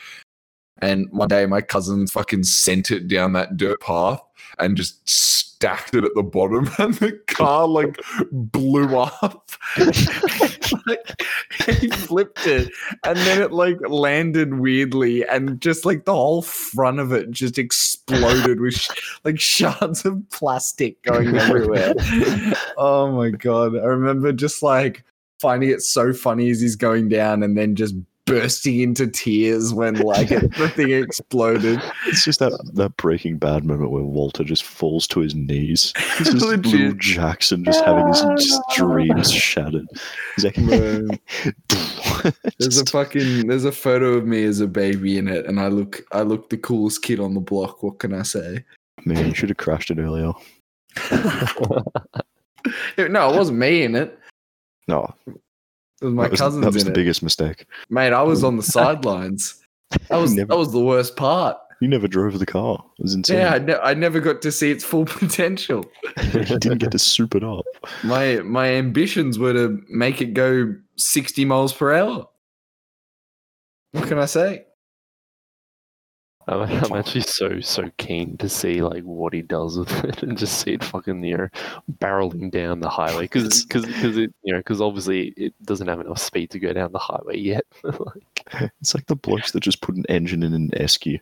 And one day, my cousin fucking sent it down that dirt path and just stacked it at the bottom, [LAUGHS] and the car like blew up. [LAUGHS] like, he flipped it, and then it like landed weirdly, and just like the whole front of it just exploded with sh- like shards of plastic going everywhere. oh my god! I remember just like finding it so funny as he's going down, and then just bursting into tears when like the thing
[LAUGHS]
exploded.
It's just that that Breaking Bad moment where Walter just falls to his knees. It's just little Jackson just having his
Ah.
just dreams shattered. He's like, [LAUGHS]
there's a fucking there's a photo of me as a baby in it, and I look I look the coolest kid on the block. What can I say?
Man, you should have crashed it earlier.
no, it wasn't me in it.
No,
it was my
that was,
cousins
That was
in
the
it.
biggest mistake.
Mate, I was on the sidelines. That was
Never-
that was the worst part.
You never drove the car. It was insane.
Yeah, I, ne- I never got to see its full [LAUGHS] potential.
[LAUGHS] you didn't get to soup it up.
My my ambitions were to make it go 60 miles per hour. What can I say?
I'm, I'm actually so so keen to see like what he does with it and just see it fucking you know barreling down the highway because because it you know because obviously it doesn't have enough speed to go down the highway yet.
It's like the blokes that just put an engine in an esky.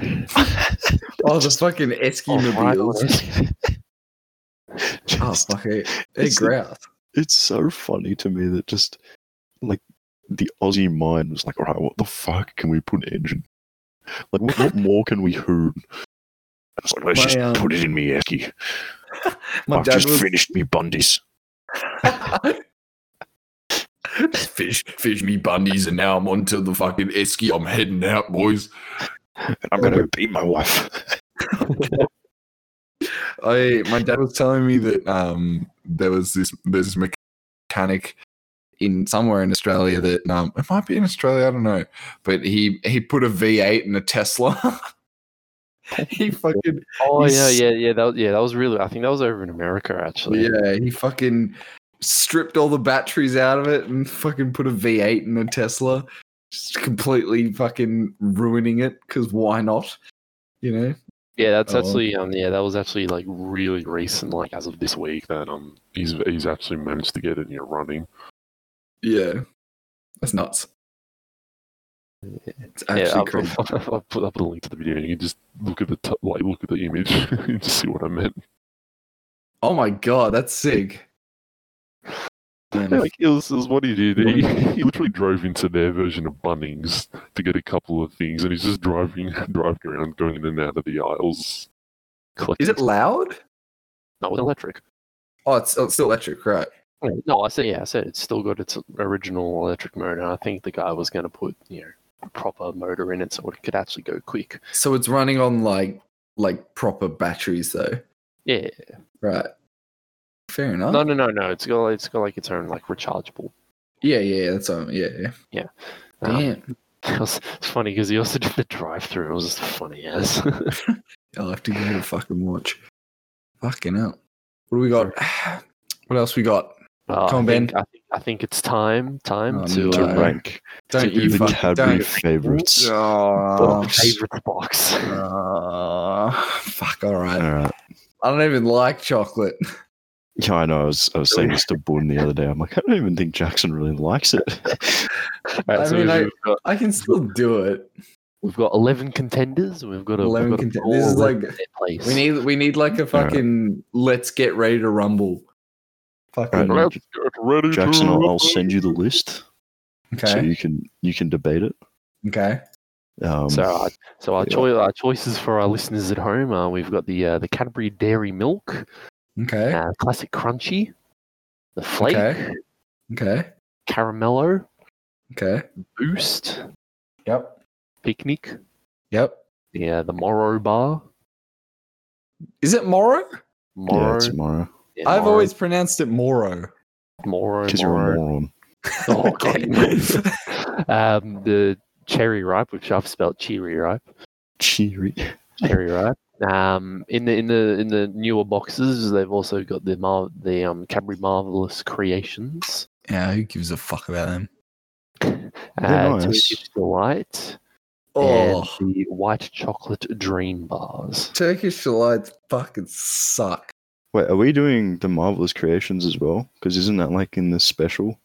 Oh, the fucking Eskimo mobiles. Oh,
Just-
fuck it. They're
[LAUGHS] It's the-
grouse.
it's so funny to me that just like the Aussie mind was like, all right, what the fuck can we put engine? Like, what, what more can we hoon? I was like, let's
My,
just
um,
put it in me esky.
My
I've
dad
just
was
finished me bundies.
fish, fish me bundies, and now I'm onto the fucking Esky. I'm heading out, boys.
And I'm going to beat my wife. [LAUGHS]
I my dad was telling me that um there was this there's this mechanic in somewhere in Australia that um it might be in Australia I don't know but he he put a V8 in a Tesla. [LAUGHS] he fucking
[LAUGHS] Oh yeah
He's-
yeah yeah that was, yeah that was really I think that was over in America actually.
yeah he fucking stripped all the batteries out of it and fucking put a V8 in a Tesla, just completely fucking ruining it because why not? You know.
Yeah, that's
Oh.
actually um yeah, that was actually like really recent, like as of this week.
that um he's he's actually managed to get it you know, running.
Yeah. That's nuts. It's actually
yeah, [LAUGHS] I'll,
crazy.
I'll, I'll put up a link to the video and you can just look at the t- like look at the
[LAUGHS]
image and just see what I meant.
Oh my god, that's sick.
Yeah, like, it, was, it was what he did. He, [LAUGHS] he literally drove into their version of Bunnings to get a couple of things, and he's just driving [LAUGHS] driving around, going in and out of the aisles.
Is it loud?
No, it's electric.
Oh, it's, oh, it's still electric, right?
No, I said yeah, I said it's still got its original electric motor. I think the guy was going to put you know a proper motor in it so it could actually go quick.
So it's running on like like proper batteries though.
Yeah,
Right. Fair enough.
no, no, no, no. It's got it's got like its own like rechargeable.
Yeah, yeah, yeah, that's um, yeah, yeah.
um,
Damn.
[LAUGHS] it was- it's funny because he also did the drive-through. It was just funny [LAUGHS] as.
I'll have to give it a fucking watch. Fucking hell. What do we got? [SIGHS] What else we got?
Uh,
Come on,
I
Ben.
think, I think I think it's time time
Oh,
to
no.
to
Uh,
rank
Don't you
the
fuck,
Cadbury
don't.
favourites.
Oh,
favorite box. [LAUGHS]
uh, fuck, all right.
All right.
I don't even like chocolate. [LAUGHS]
Yeah, I know. I was, I was saying this to Boone the other day. I'm like, I don't even think Jackson really
[LAUGHS]
likes it.
Alright,
I
so
mean,
we've,
I-
we've got,
I can still do it.
we've got eleven contenders. We've got a
11
we've got
contend- this is
all in
like-
their place.
We need we need like a fucking let's get ready to rumble. Fucking
Alright.
Let's get ready
Jackson,
to
I'll, I'll send you the list so
okay.
you can you can debate it.
Okay.
Um,
so, our, so our,
yeah.
choi- our choices for our listeners at home are: we've got the uh, the Cadbury Dairy Milk,
Okay.
uh, Classic Crunchy, the Flake,
Okay. Okay.
Caramello,
Okay.
Boost,
Yep.
Picnic,
Yep.
the uh, the Morrow Bar,
Is it Moro?
yeah,
Morrow.
it's tomorrow
yeah,
I've
Morrow,
always pronounced it Moro.
Morrow.
because you're a
Morrow.
moron.
Oh,
[LAUGHS] Okay.
God. [LAUGHS] um, the Cherry Ripe, which I've spelled Cherry Ripe.
Cheery.
Cherry Ripe. Um, in the in the in the newer boxes, they've also got the Mar- the um, Cadbury Marvelous Creations,
Yeah, who gives a fuck about them?
uh,
nice.
Teenage Delight,
Oh,
and the white chocolate dream bars.
Turkish delights fucking suck.
Wait, are we doing the marvelous creations as well? Because isn't that like in the special?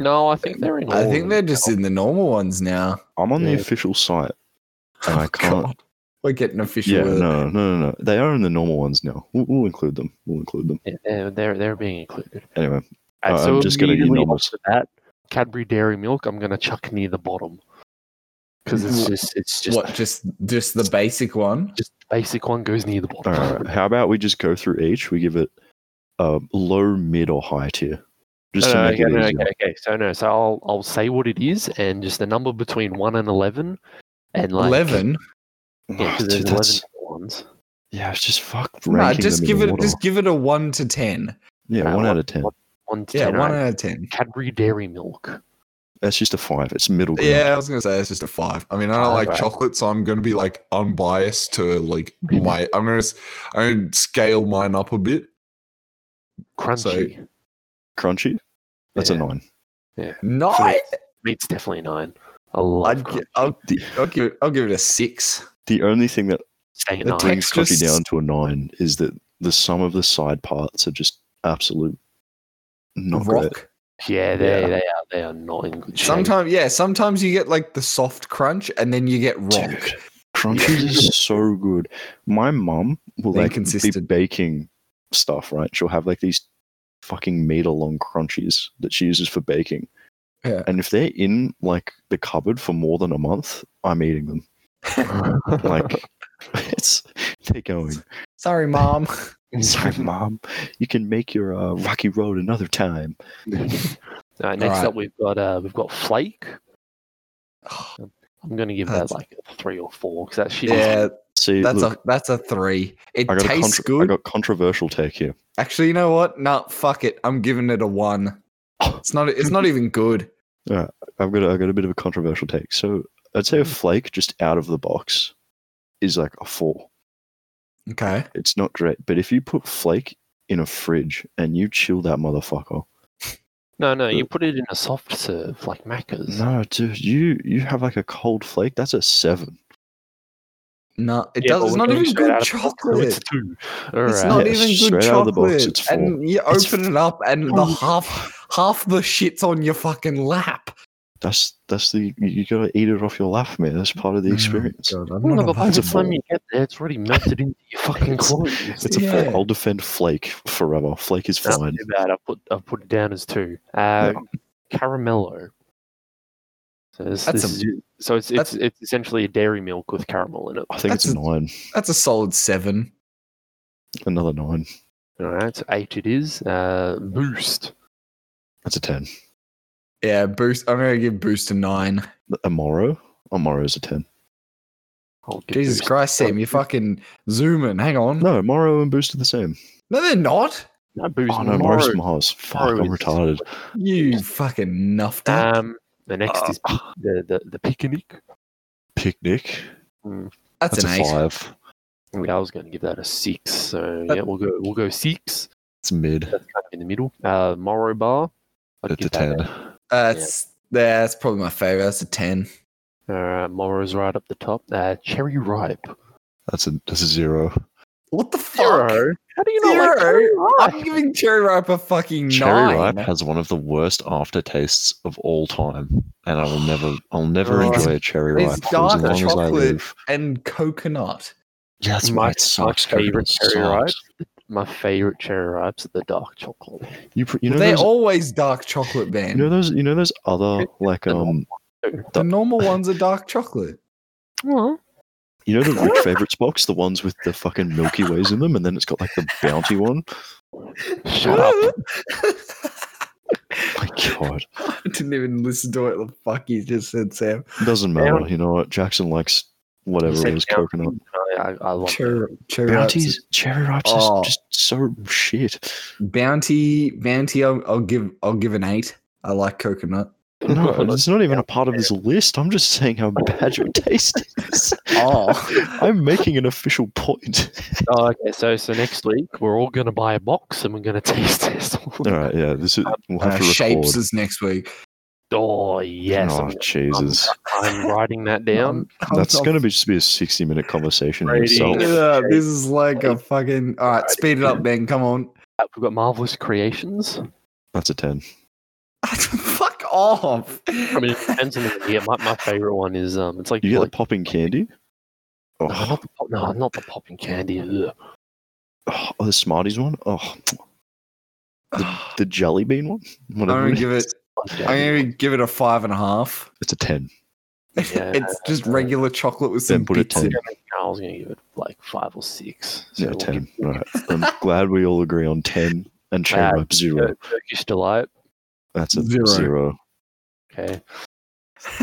No, I think they're in.
I
all
think
of
they're
them
just
now.
in the normal ones now.
I'm on
Yeah.
the official [LAUGHS] site. And I
Oh,
can't.
God. We're getting official.
Yeah,
with it.
no, no, no, no. They are in the normal ones now. We'll, we'll include them. We'll include them.
Yeah, they're, they're they're being included.
Anyway,
Uh,
Uh,
so
I'm just gonna
immediately
ignore
off the bat, Cadbury Dairy Milk. I'm gonna chuck near the bottom because it's just it's just
what? Just just the basic one.
just basic one goes near the
all
bottom. [LAUGHS]
right. How about we just go through each? We give it a low, mid, or high tier, just
No,
to make
no, Uh, okay,
it
no,
easier.
okay, okay. So no, so I'll I'll say what it is and just a number between one and eleven, and like
Eleven.
Yeah,
Oh,
because
dude,
there's eleven
that's-
different ones.
yeah, just fuck
Nah,
ranking
just
them
give
in
it.
order.
Just give it a one to ten.
yeah,
Nah,
one
what-
out of ten.
what- One to
Yeah,
ten.
one
alright.
out of ten.
Cadbury Dairy Milk.
That's just a five. It's middle ground.
Yeah, I was gonna say it's just a five. I mean, I don't like
Alright.
chocolate, so I'm gonna be like unbiased to like my. I'm gonna, s- I'm gonna scale mine up a bit.
Crunchy.
crunchy. That's
Yeah.
a nine.
Nine.
Meat's definitely nine. I love
I'd
crunchy.
gi- I'll, I'll give it. I'll give it a six.
The only thing that
Staying
the
nine.
text-
brings crunchy
just-
down to a nine is that the sum of the side parts are just absolute not great.
Rock.
yeah, they
yeah.
they are they are not in good shape.
Sometimes, yeah. Sometimes you get like the soft crunch, and then you get rock.
Dude, crunchies is so good. My mum will
They're
like be
consistent.
baking stuff, right? She'll have like these fucking meter long crunchies that she uses for baking.
Yeah.
And if they're in like the cupboard for more than a month, I'm
[LAUGHS]
eating them.
[LAUGHS]
Like [LAUGHS] it's they're going.
Sorry,
[LAUGHS]
mom. [SIGHS] [LAUGHS]
Sorry, mom. You can make your uh, rocky road another time.
All right, next
Alright.
up we've got uh we've got Flake. I'm gonna give
That's-
that like a three or four because that shit is
yeah,
See,
that's
look,
a that's a three. It
I got a
tastes
contra- I
good.
got controversial take here.
Actually, you know what? No, fuck it. I'm giving it a
[LAUGHS]
one. It's not. It's not even good.
I've got a, I've got a bit of a controversial take. So I'd say a
Hmm.
flake just out of the box is like a four.
Okay.
It's not great, but if you put flake in a fridge and you chill that motherfucker,
No, no, you put it in a soft serve like Macca's.
no, dude, you you have like a cold flake. That's a seven.
No, it
Yeah,
does.
but
It's
we're
not
going
even
straight out
good
of the box, so
chocolate.
It's two. All right.
It's not
Yeah,
even good
straight out of the box,
chocolate.
it's full.
and you
It's
open it up, and the half half the shit's on your fucking lap.
That's that's the you- you gotta eat it off your lap, man. That's part of the
Oh,
experience.
God, I'm
Oh,
not
no, but by
about to
the time
fall.
you get there, it's already melted into your fucking
It's-
clothes.
It's a
Yeah.
four. I'll defend flake forever. Flake is
That's
fine.
too bad. I put I put it down as two. Uh, Caramello. So this,
That's
this
a-
is, so it's it's
that's-
it's essentially a dairy milk with caramel in it.
I think it's a
That's
nine.
That's a solid seven.
Another nine.
All right, so eight it is. Uh, boost.
That's a ten.
Yeah, boost. I'm gonna give boost a nine.
Amaro. Amoro's a ten.
I'll give
Jesus
Boost.
Christ, Sam,
Oh,
you're fucking zooming. Hang on. No,
No, Amaro and Boost are the same.
they're not.
No, boost.
Oh no,
Moro.
Mars Mars. Fuck, I'm
is-
retarded.
You fucking nuffed up.
Um, the next is the the, the picnic.
Picnic.
That's,
That's,
an
a
eight. Uh,
five.
Yeah, I was going to give that a six. So
That-
yeah, we'll go we'll go six.
It's mid.
That's kind of in the middle. Uh, Morrow Bar. I'd
It's a
give that
ten.
Uh, that's yeah, that's probably my favorite. That's a ten.
Uh, Morrow's right up the top. Uh, Cherry Ripe.
That's a that's a zero.
What the fuck?
How do you
not like Cherry
Ripe?
I'm giving Cherry Ripe a fucking
Cherry
nine.
Ripe has one of the worst aftertastes of all time, and I will never, I'll never
Ugh.
enjoy a Cherry Ripe
It's
for as
dark
long as I
chocolate.
live.
and coconut.
Yeah, that's
My-
my, it sucks.
my favorite
coconut
Cherry
sucks.
My favorite Cherry Ripes are the dark chocolate.
You, pr- you know
they're
those,
always dark chocolate,
you
man.
know those, you know those other like
The normal
um,
the normal ones are dark chocolate.
Well,
you know the rich favorites box, the ones with the fucking Milky Ways in them, and then it's got like the bounty one.
shut up.
My God,
[LAUGHS] I didn't even listen to what the fuck you just said, Sam.
doesn't matter. You know what? Jackson likes
You
whatever
said
it is,
bounty.
coconut.
I, I,
[LAUGHS]
I love
Cherry,
it.
cherry Ripe's
Bounties, cherry ripes is
Oh.
just so shit.
Bounty, bounty. I'll, I'll give. I'll give an eight. I like coconut.
No, it's not even a part of this list. I'm just saying how bad your taste is.
[LAUGHS]
[LAUGHS]
Oh,
I'm making an official point. [LAUGHS]
Oh, okay, so so next week we're all gonna buy a box and we're gonna [LAUGHS] taste this.
All right, yeah, this is we'll
uh,
have to
shapes
record.
is next week.
Oh yes.
oh,
I'm,
Jesus.
I'm writing that down.
That's going to be just be a 60 minute conversation in
Rating.
itself.
Yeah, this is like a fucking. All right, speed it up, Ben. Come on. [LAUGHS]
Uh, We've got marvelous creations.
That's a 10.
Fuck off.
I
[LAUGHS]
[SIGHS]
mean, it depends on the yeah. My, my favorite one is um. It's like
You get the
like,
popping candy?
no,
Oh,
not the pop, no, not the popping candy. Ugh.
oh, the Smarties one? Oh, the jelly bean one?
I'm
Whatever
gonna
it
give it.
is.
I'm
Yeah,
gonna give it a five and a half. [LAUGHS]
It's a 10.
Yeah.
it's just regular chocolate with
Then
some
put a
bits in.
10.
I was gonna give it like five or six. So
Yeah,
we'll
10.
give-
All right. I'm glad we all agree on 10 and chain
Uh,
up 0.
uh, Turkish delight.
That's a
Zero.
0.
Okay.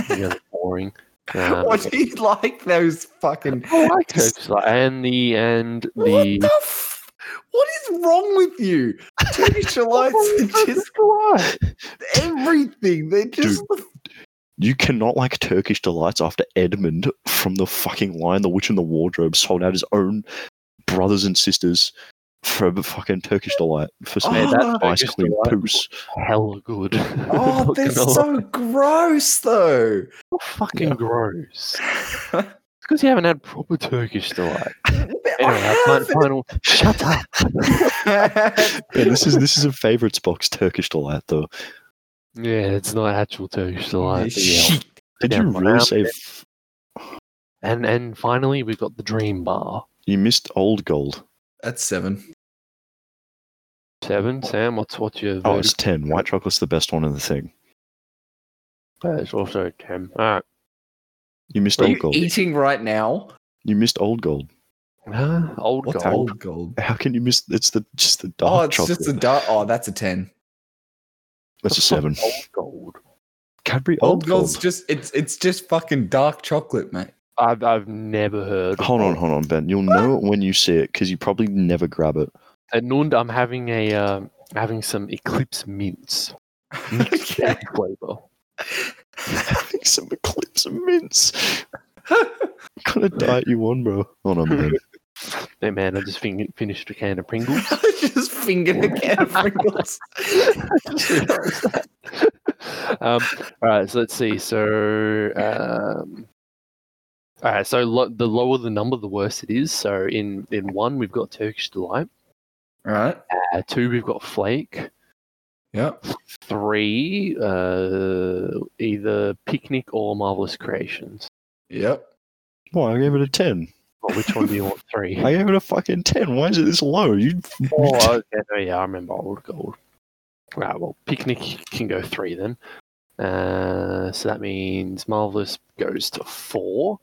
Yeah, boring. Um,
What do you like those fucking?
I like Turkish delight and the and
What
the
the? F- what is wrong with
[LAUGHS]
you? Turkish delights are just everything. They're
[LAUGHS]
just
You cannot like Turkish delights after Edmund from the fucking Lion, the Witch, and the Wardrobe sold out his own brothers and sisters for a fucking Turkish delight for some
Man,
that
[LAUGHS] ice
Oh, Turkish
cream
delight
poos.
hella good. [LAUGHS]
oh, they're so gross
[LAUGHS]
though.
fucking
Yeah.
gross.
But
Because you haven't had proper Turkish delight. Anyway,
I
our fin-
haven't.
final. Shut up.
[LAUGHS]
Yeah, this is this is a favorites box Turkish delight though.
Yeah, it's not actual Turkish delight. but yeah.
Shit.
Did
Yeah,
you
but
really
now-
say f-
And and finally, we've got the Dream Bar.
you missed old gold?
That's seven.
Seven, Sam. What's what's your
Oh, it's
verdict?
ten. White chocolate's the best one in the thing.
Uh, it's also ten. All right.
You missed
Are
old
you
gold.
eating right now?
You missed old gold.
Huh? Old
What's
gold.
old gold?
How can you miss? It's the just the dark
Oh, it's
chocolate.
just a dark. Oh, that's a ten.
That's a seven.
Old gold.
Cadbury
Old,
old
gold's
gold.
just it's it's just fucking dark chocolate, mate.
I've I've never heard. of
Hold on,
old-
hold on, Ben. You'll know it when you see it because you probably never
[LAUGHS]
grab it.
At Nund, I'm having a um, having some Eclipse mints
Mm.
okay.
flavor.
Having some eclipse of mints. [LAUGHS] what kind of diet you on, bro? Hold
[LAUGHS]
on, Ben.
Hey man, I just fin- finished a can of Pringles.
[LAUGHS] I just fingered a
[LAUGHS]
can of Pringles.
um, all right, so let's see. So, um, all right, so lo- the lower the number, the worse it is. So in in one, we've got Turkish delight.
All right.
Uh, two, we've got flake.
Yeah.
Three, uh, either picnic or marvelous creations.
Yep.
Why? I gave it a 10.
Well, which one do you want? Three.
I gave it a fucking 10. Why is it this low? You. [LAUGHS]
Oh, okay. No, yeah, I remember old gold. Right, well, picnic can go three then. Uh, so that means marvelous goes to four,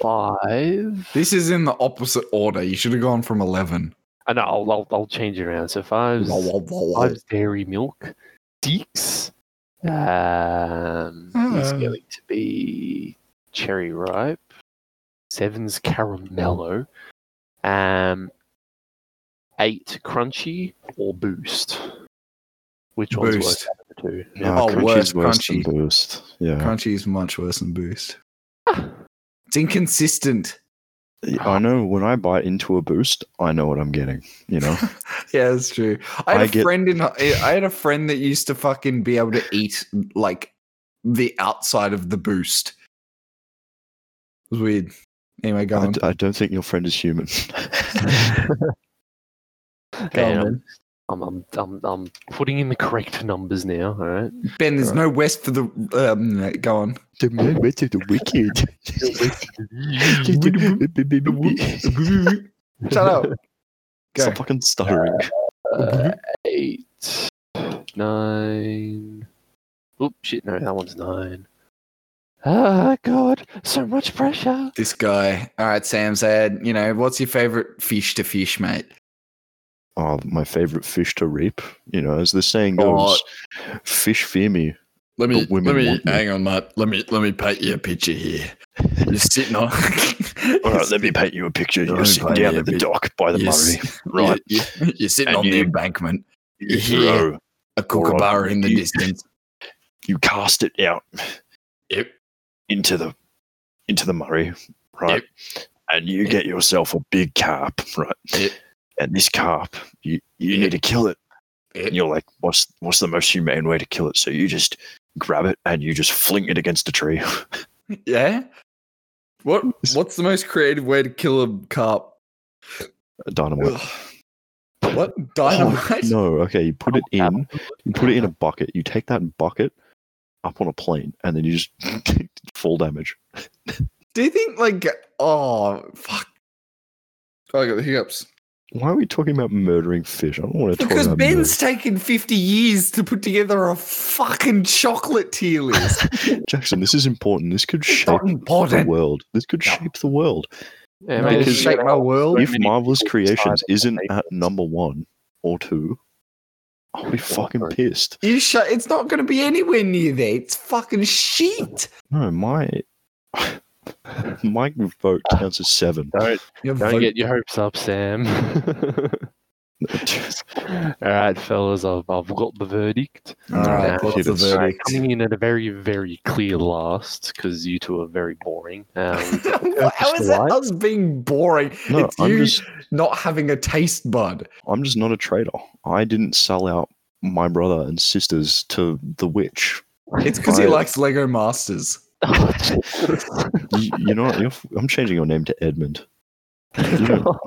five.
This is in the opposite order. You should have gone from eleven.
I know I'll, I'll I'll change it around. So five's five's dairy milk, six. Um, is
Hmm.
going to be cherry ripe. Seven's caramello. Um, eight crunchy or boost. Which one's worse
Boost.
out of the two?
Oh,
Crunchy's
worse, crunchy.
than Boost. Yeah.
Crunchy is much worse than Boost.
[LAUGHS]
It's inconsistent.
I know when I bite into a boost, I know what I'm getting. You know?
Yeah, that's true. I had
I
a
get-
friend in. I had a friend that used to fucking be able to eat like the outside of the boost. It was weird. Anyway, go
I,
on.
d- I don't think your friend is [LAUGHS] human.
Go on,
Okay,
ben.
I'm, I'm, I'm, I'm putting in the correct numbers now, all right?
Ben,
uh,
there's no West for the. Um, no, go on.
the man went to the [LAUGHS] wicked.
Shut up. Go. Mm-hmm.
Stop fucking stuttering.
Uh, eight, nine. Oop, shit, no, that one's nine. Ah, God, so much pressure.
[LAUGHS] This guy. All right, Sam said, you know, what's your favorite fish to fish, mate?
oh, my favorite fish to reap. You know, as the saying
Oh.
goes, fish fear me.
Let
me- The women let me- want me. hang
on, mate. Let me let me paint you a picture here. You're sitting
[LAUGHS]
on.
All right, let me paint you a picture.
Let
You're
me
sitting
paint
down
you a
at the
pic-
dock by the
Yes.
Murray. Right.
[LAUGHS] [LAUGHS] You're, sitting
And
on the
you-
embankment.
You
Yeah.
throw,
A kookaburra in the
You-
distance.
you cast it out
Yep.
into the into the Murray, right? And you get yourself a big carp, right?
Yep.
And this carp, you, you need to kill it. And you're like, what's what's the most humane way to kill it? So you just grab it and you just fling it against a tree. [LAUGHS]
Yeah. [LAUGHS] What what's the most creative way to kill a carp?
Dynamite.
What
Oh,
[LAUGHS] dynamite?
no, okay. You put it
Yeah.
in. You put it in a bucket. You take that bucket up on a plane, and then you just [LAUGHS] take full damage.
Do you think like oh fuck? Oh, I got the hiccups.
Why are we talking about murdering fish? I don't want to talk
Because
about
Ben's taken 50 years to put together a fucking chocolate tier [LAUGHS] list.
murder. Jackson. This is important. This could
It's
shape
not
the
important.
world. This could
No.
shape the world.
No,
Yeah, mate,
it'll
because
shape my world.
If
many
Marvel's
people
Creations
decide that
isn't
they-
at number one or two, I'll be fucking
sorry.
pissed.
You sh- it's not going to be anywhere near there. It's fucking shit.
No, my [LAUGHS] my vote counts
[LAUGHS]
as seven.
Don't,
Your
don't
vote-
get your hopes up, Sam. [LAUGHS] All right, fellas, I've, I've got the verdict.
All right,
Nah,
what's the
it's-
All right,
verdict?
coming in at a very, very clear last because you two are very boring. [LAUGHS] Um,
[LAUGHS] How is that us being boring?
No,
it's
I'm
you
just
not having a taste bud.
I'm just not a traitor. I didn't sell out my brother and sisters to the witch.
It's because he
[LAUGHS]
Right.
likes Lego Masters.
Oh,
You, you know, what? you're, f- I'm changing your name to Edmund.
[LAUGHS]
You know,
[LAUGHS]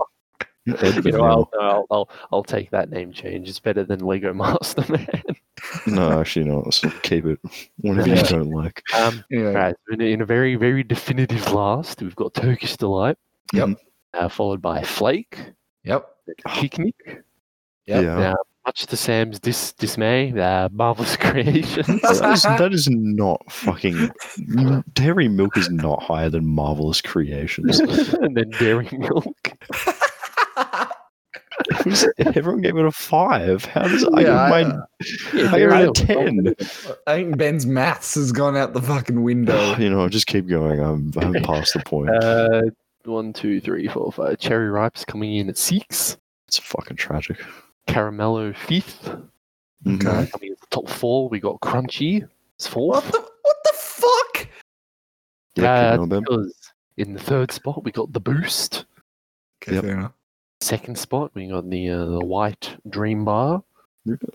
you're Edmund
you know,
now.
I'll, I'll, oh, I'll, I'll take that name change. It's better than Lego Master Man.
No, actually, no. So keep it. Whatever
Yeah.
you don't like.
Um,
Anyway,
right, so in, a- in a very, very definitive [LAUGHS] last, we've got Turkish Delight.
Yep. Oh.
Uh, followed by Flake,
Yep.
[LAUGHS] Picnic,
Yep.
Yeah.
Now, much to Sam's dis- dismay, uh, Marvelous [LAUGHS] Creation.
[LAUGHS]
That is, that is not fucking. Dairy milk is not higher than
[LAUGHS]
Marvelous Creations.
and then Dairy [LAUGHS] Milk.
It was- everyone gave it a five. How does I
Yeah,
give
I-
mine? I gave it a ten.
I think Ben's maths has gone out the fucking
[SIGHS]
window.
you know, just keep going. I'm, I'm past the point.
[LAUGHS]
Uh, one, two, three, four, five. Cherry Ripe's coming in at six.
it's fucking tragic.
Caramello fifth.
Mhm.
Okay.
Coming in the top four, we got Crunchy. It's
What
fourth.
the what the fuck?
Yeah,
Uh,
keep going, Ben.
because in the third spot, we got the Boost.
Okay,
Yep.
fair enough.
Second spot, we got the uh, the White Dream Bar.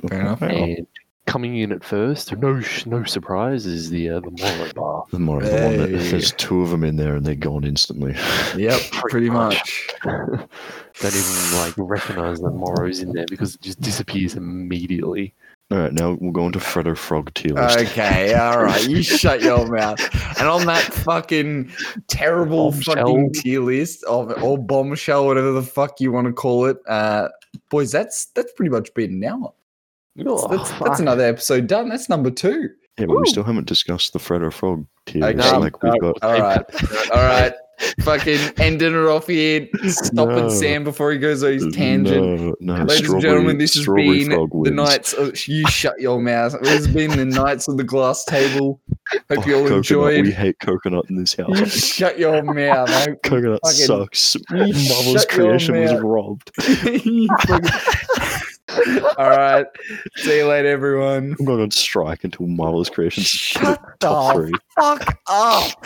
Fair enough.
Wow.
And coming in at first, no sh- no surprise, is the uh, the Moro Bar. [LAUGHS]
The Oh, more the one that
Hey.
if [LAUGHS] there's two of them in there and they're gone instantly. [LAUGHS]
Yep,
Pretty
pretty
much.
much.
Don't even like recognize that Moro's in there because it just disappears immediately.
All right, now we'll go on to Freddo Frog tier list.
Okay, all right. You shut your mouth. And on that fucking terrible
Bombshell.
fucking tier list of or bombshell, whatever the fuck you want to call it, uh, boys, that's that's pretty much been now. That's,
Oh,
that's,
fuck.
that's another episode done. That's number two.
Yeah, but
Woo.
we still haven't discussed the Freddo Frog tier
Okay.
list.
No,
like we've got.
All right,
[LAUGHS]
all right. Fucking ending it off here. Stopping
No.
Sam before he goes on his tangent.
No, no,
Ladies and
strawberry-
gentlemen, this has
strawberry
been
frog
the
wins.
nights. Of, you shut your mouth. This has been the nights of the glass table. Hope
Oh,
you all
coconut. We
enjoyed.
hate coconut in this
You [LAUGHS]
house.
shut your mouth. I-
coconut
fucking-
sucks.
you
Marvel's
shut your
creation was
mouth.
robbed.
[LAUGHS] You fucking- all right. See you later, everyone.
I'm going on strike until Marvelous creations.
Shut the fuck up.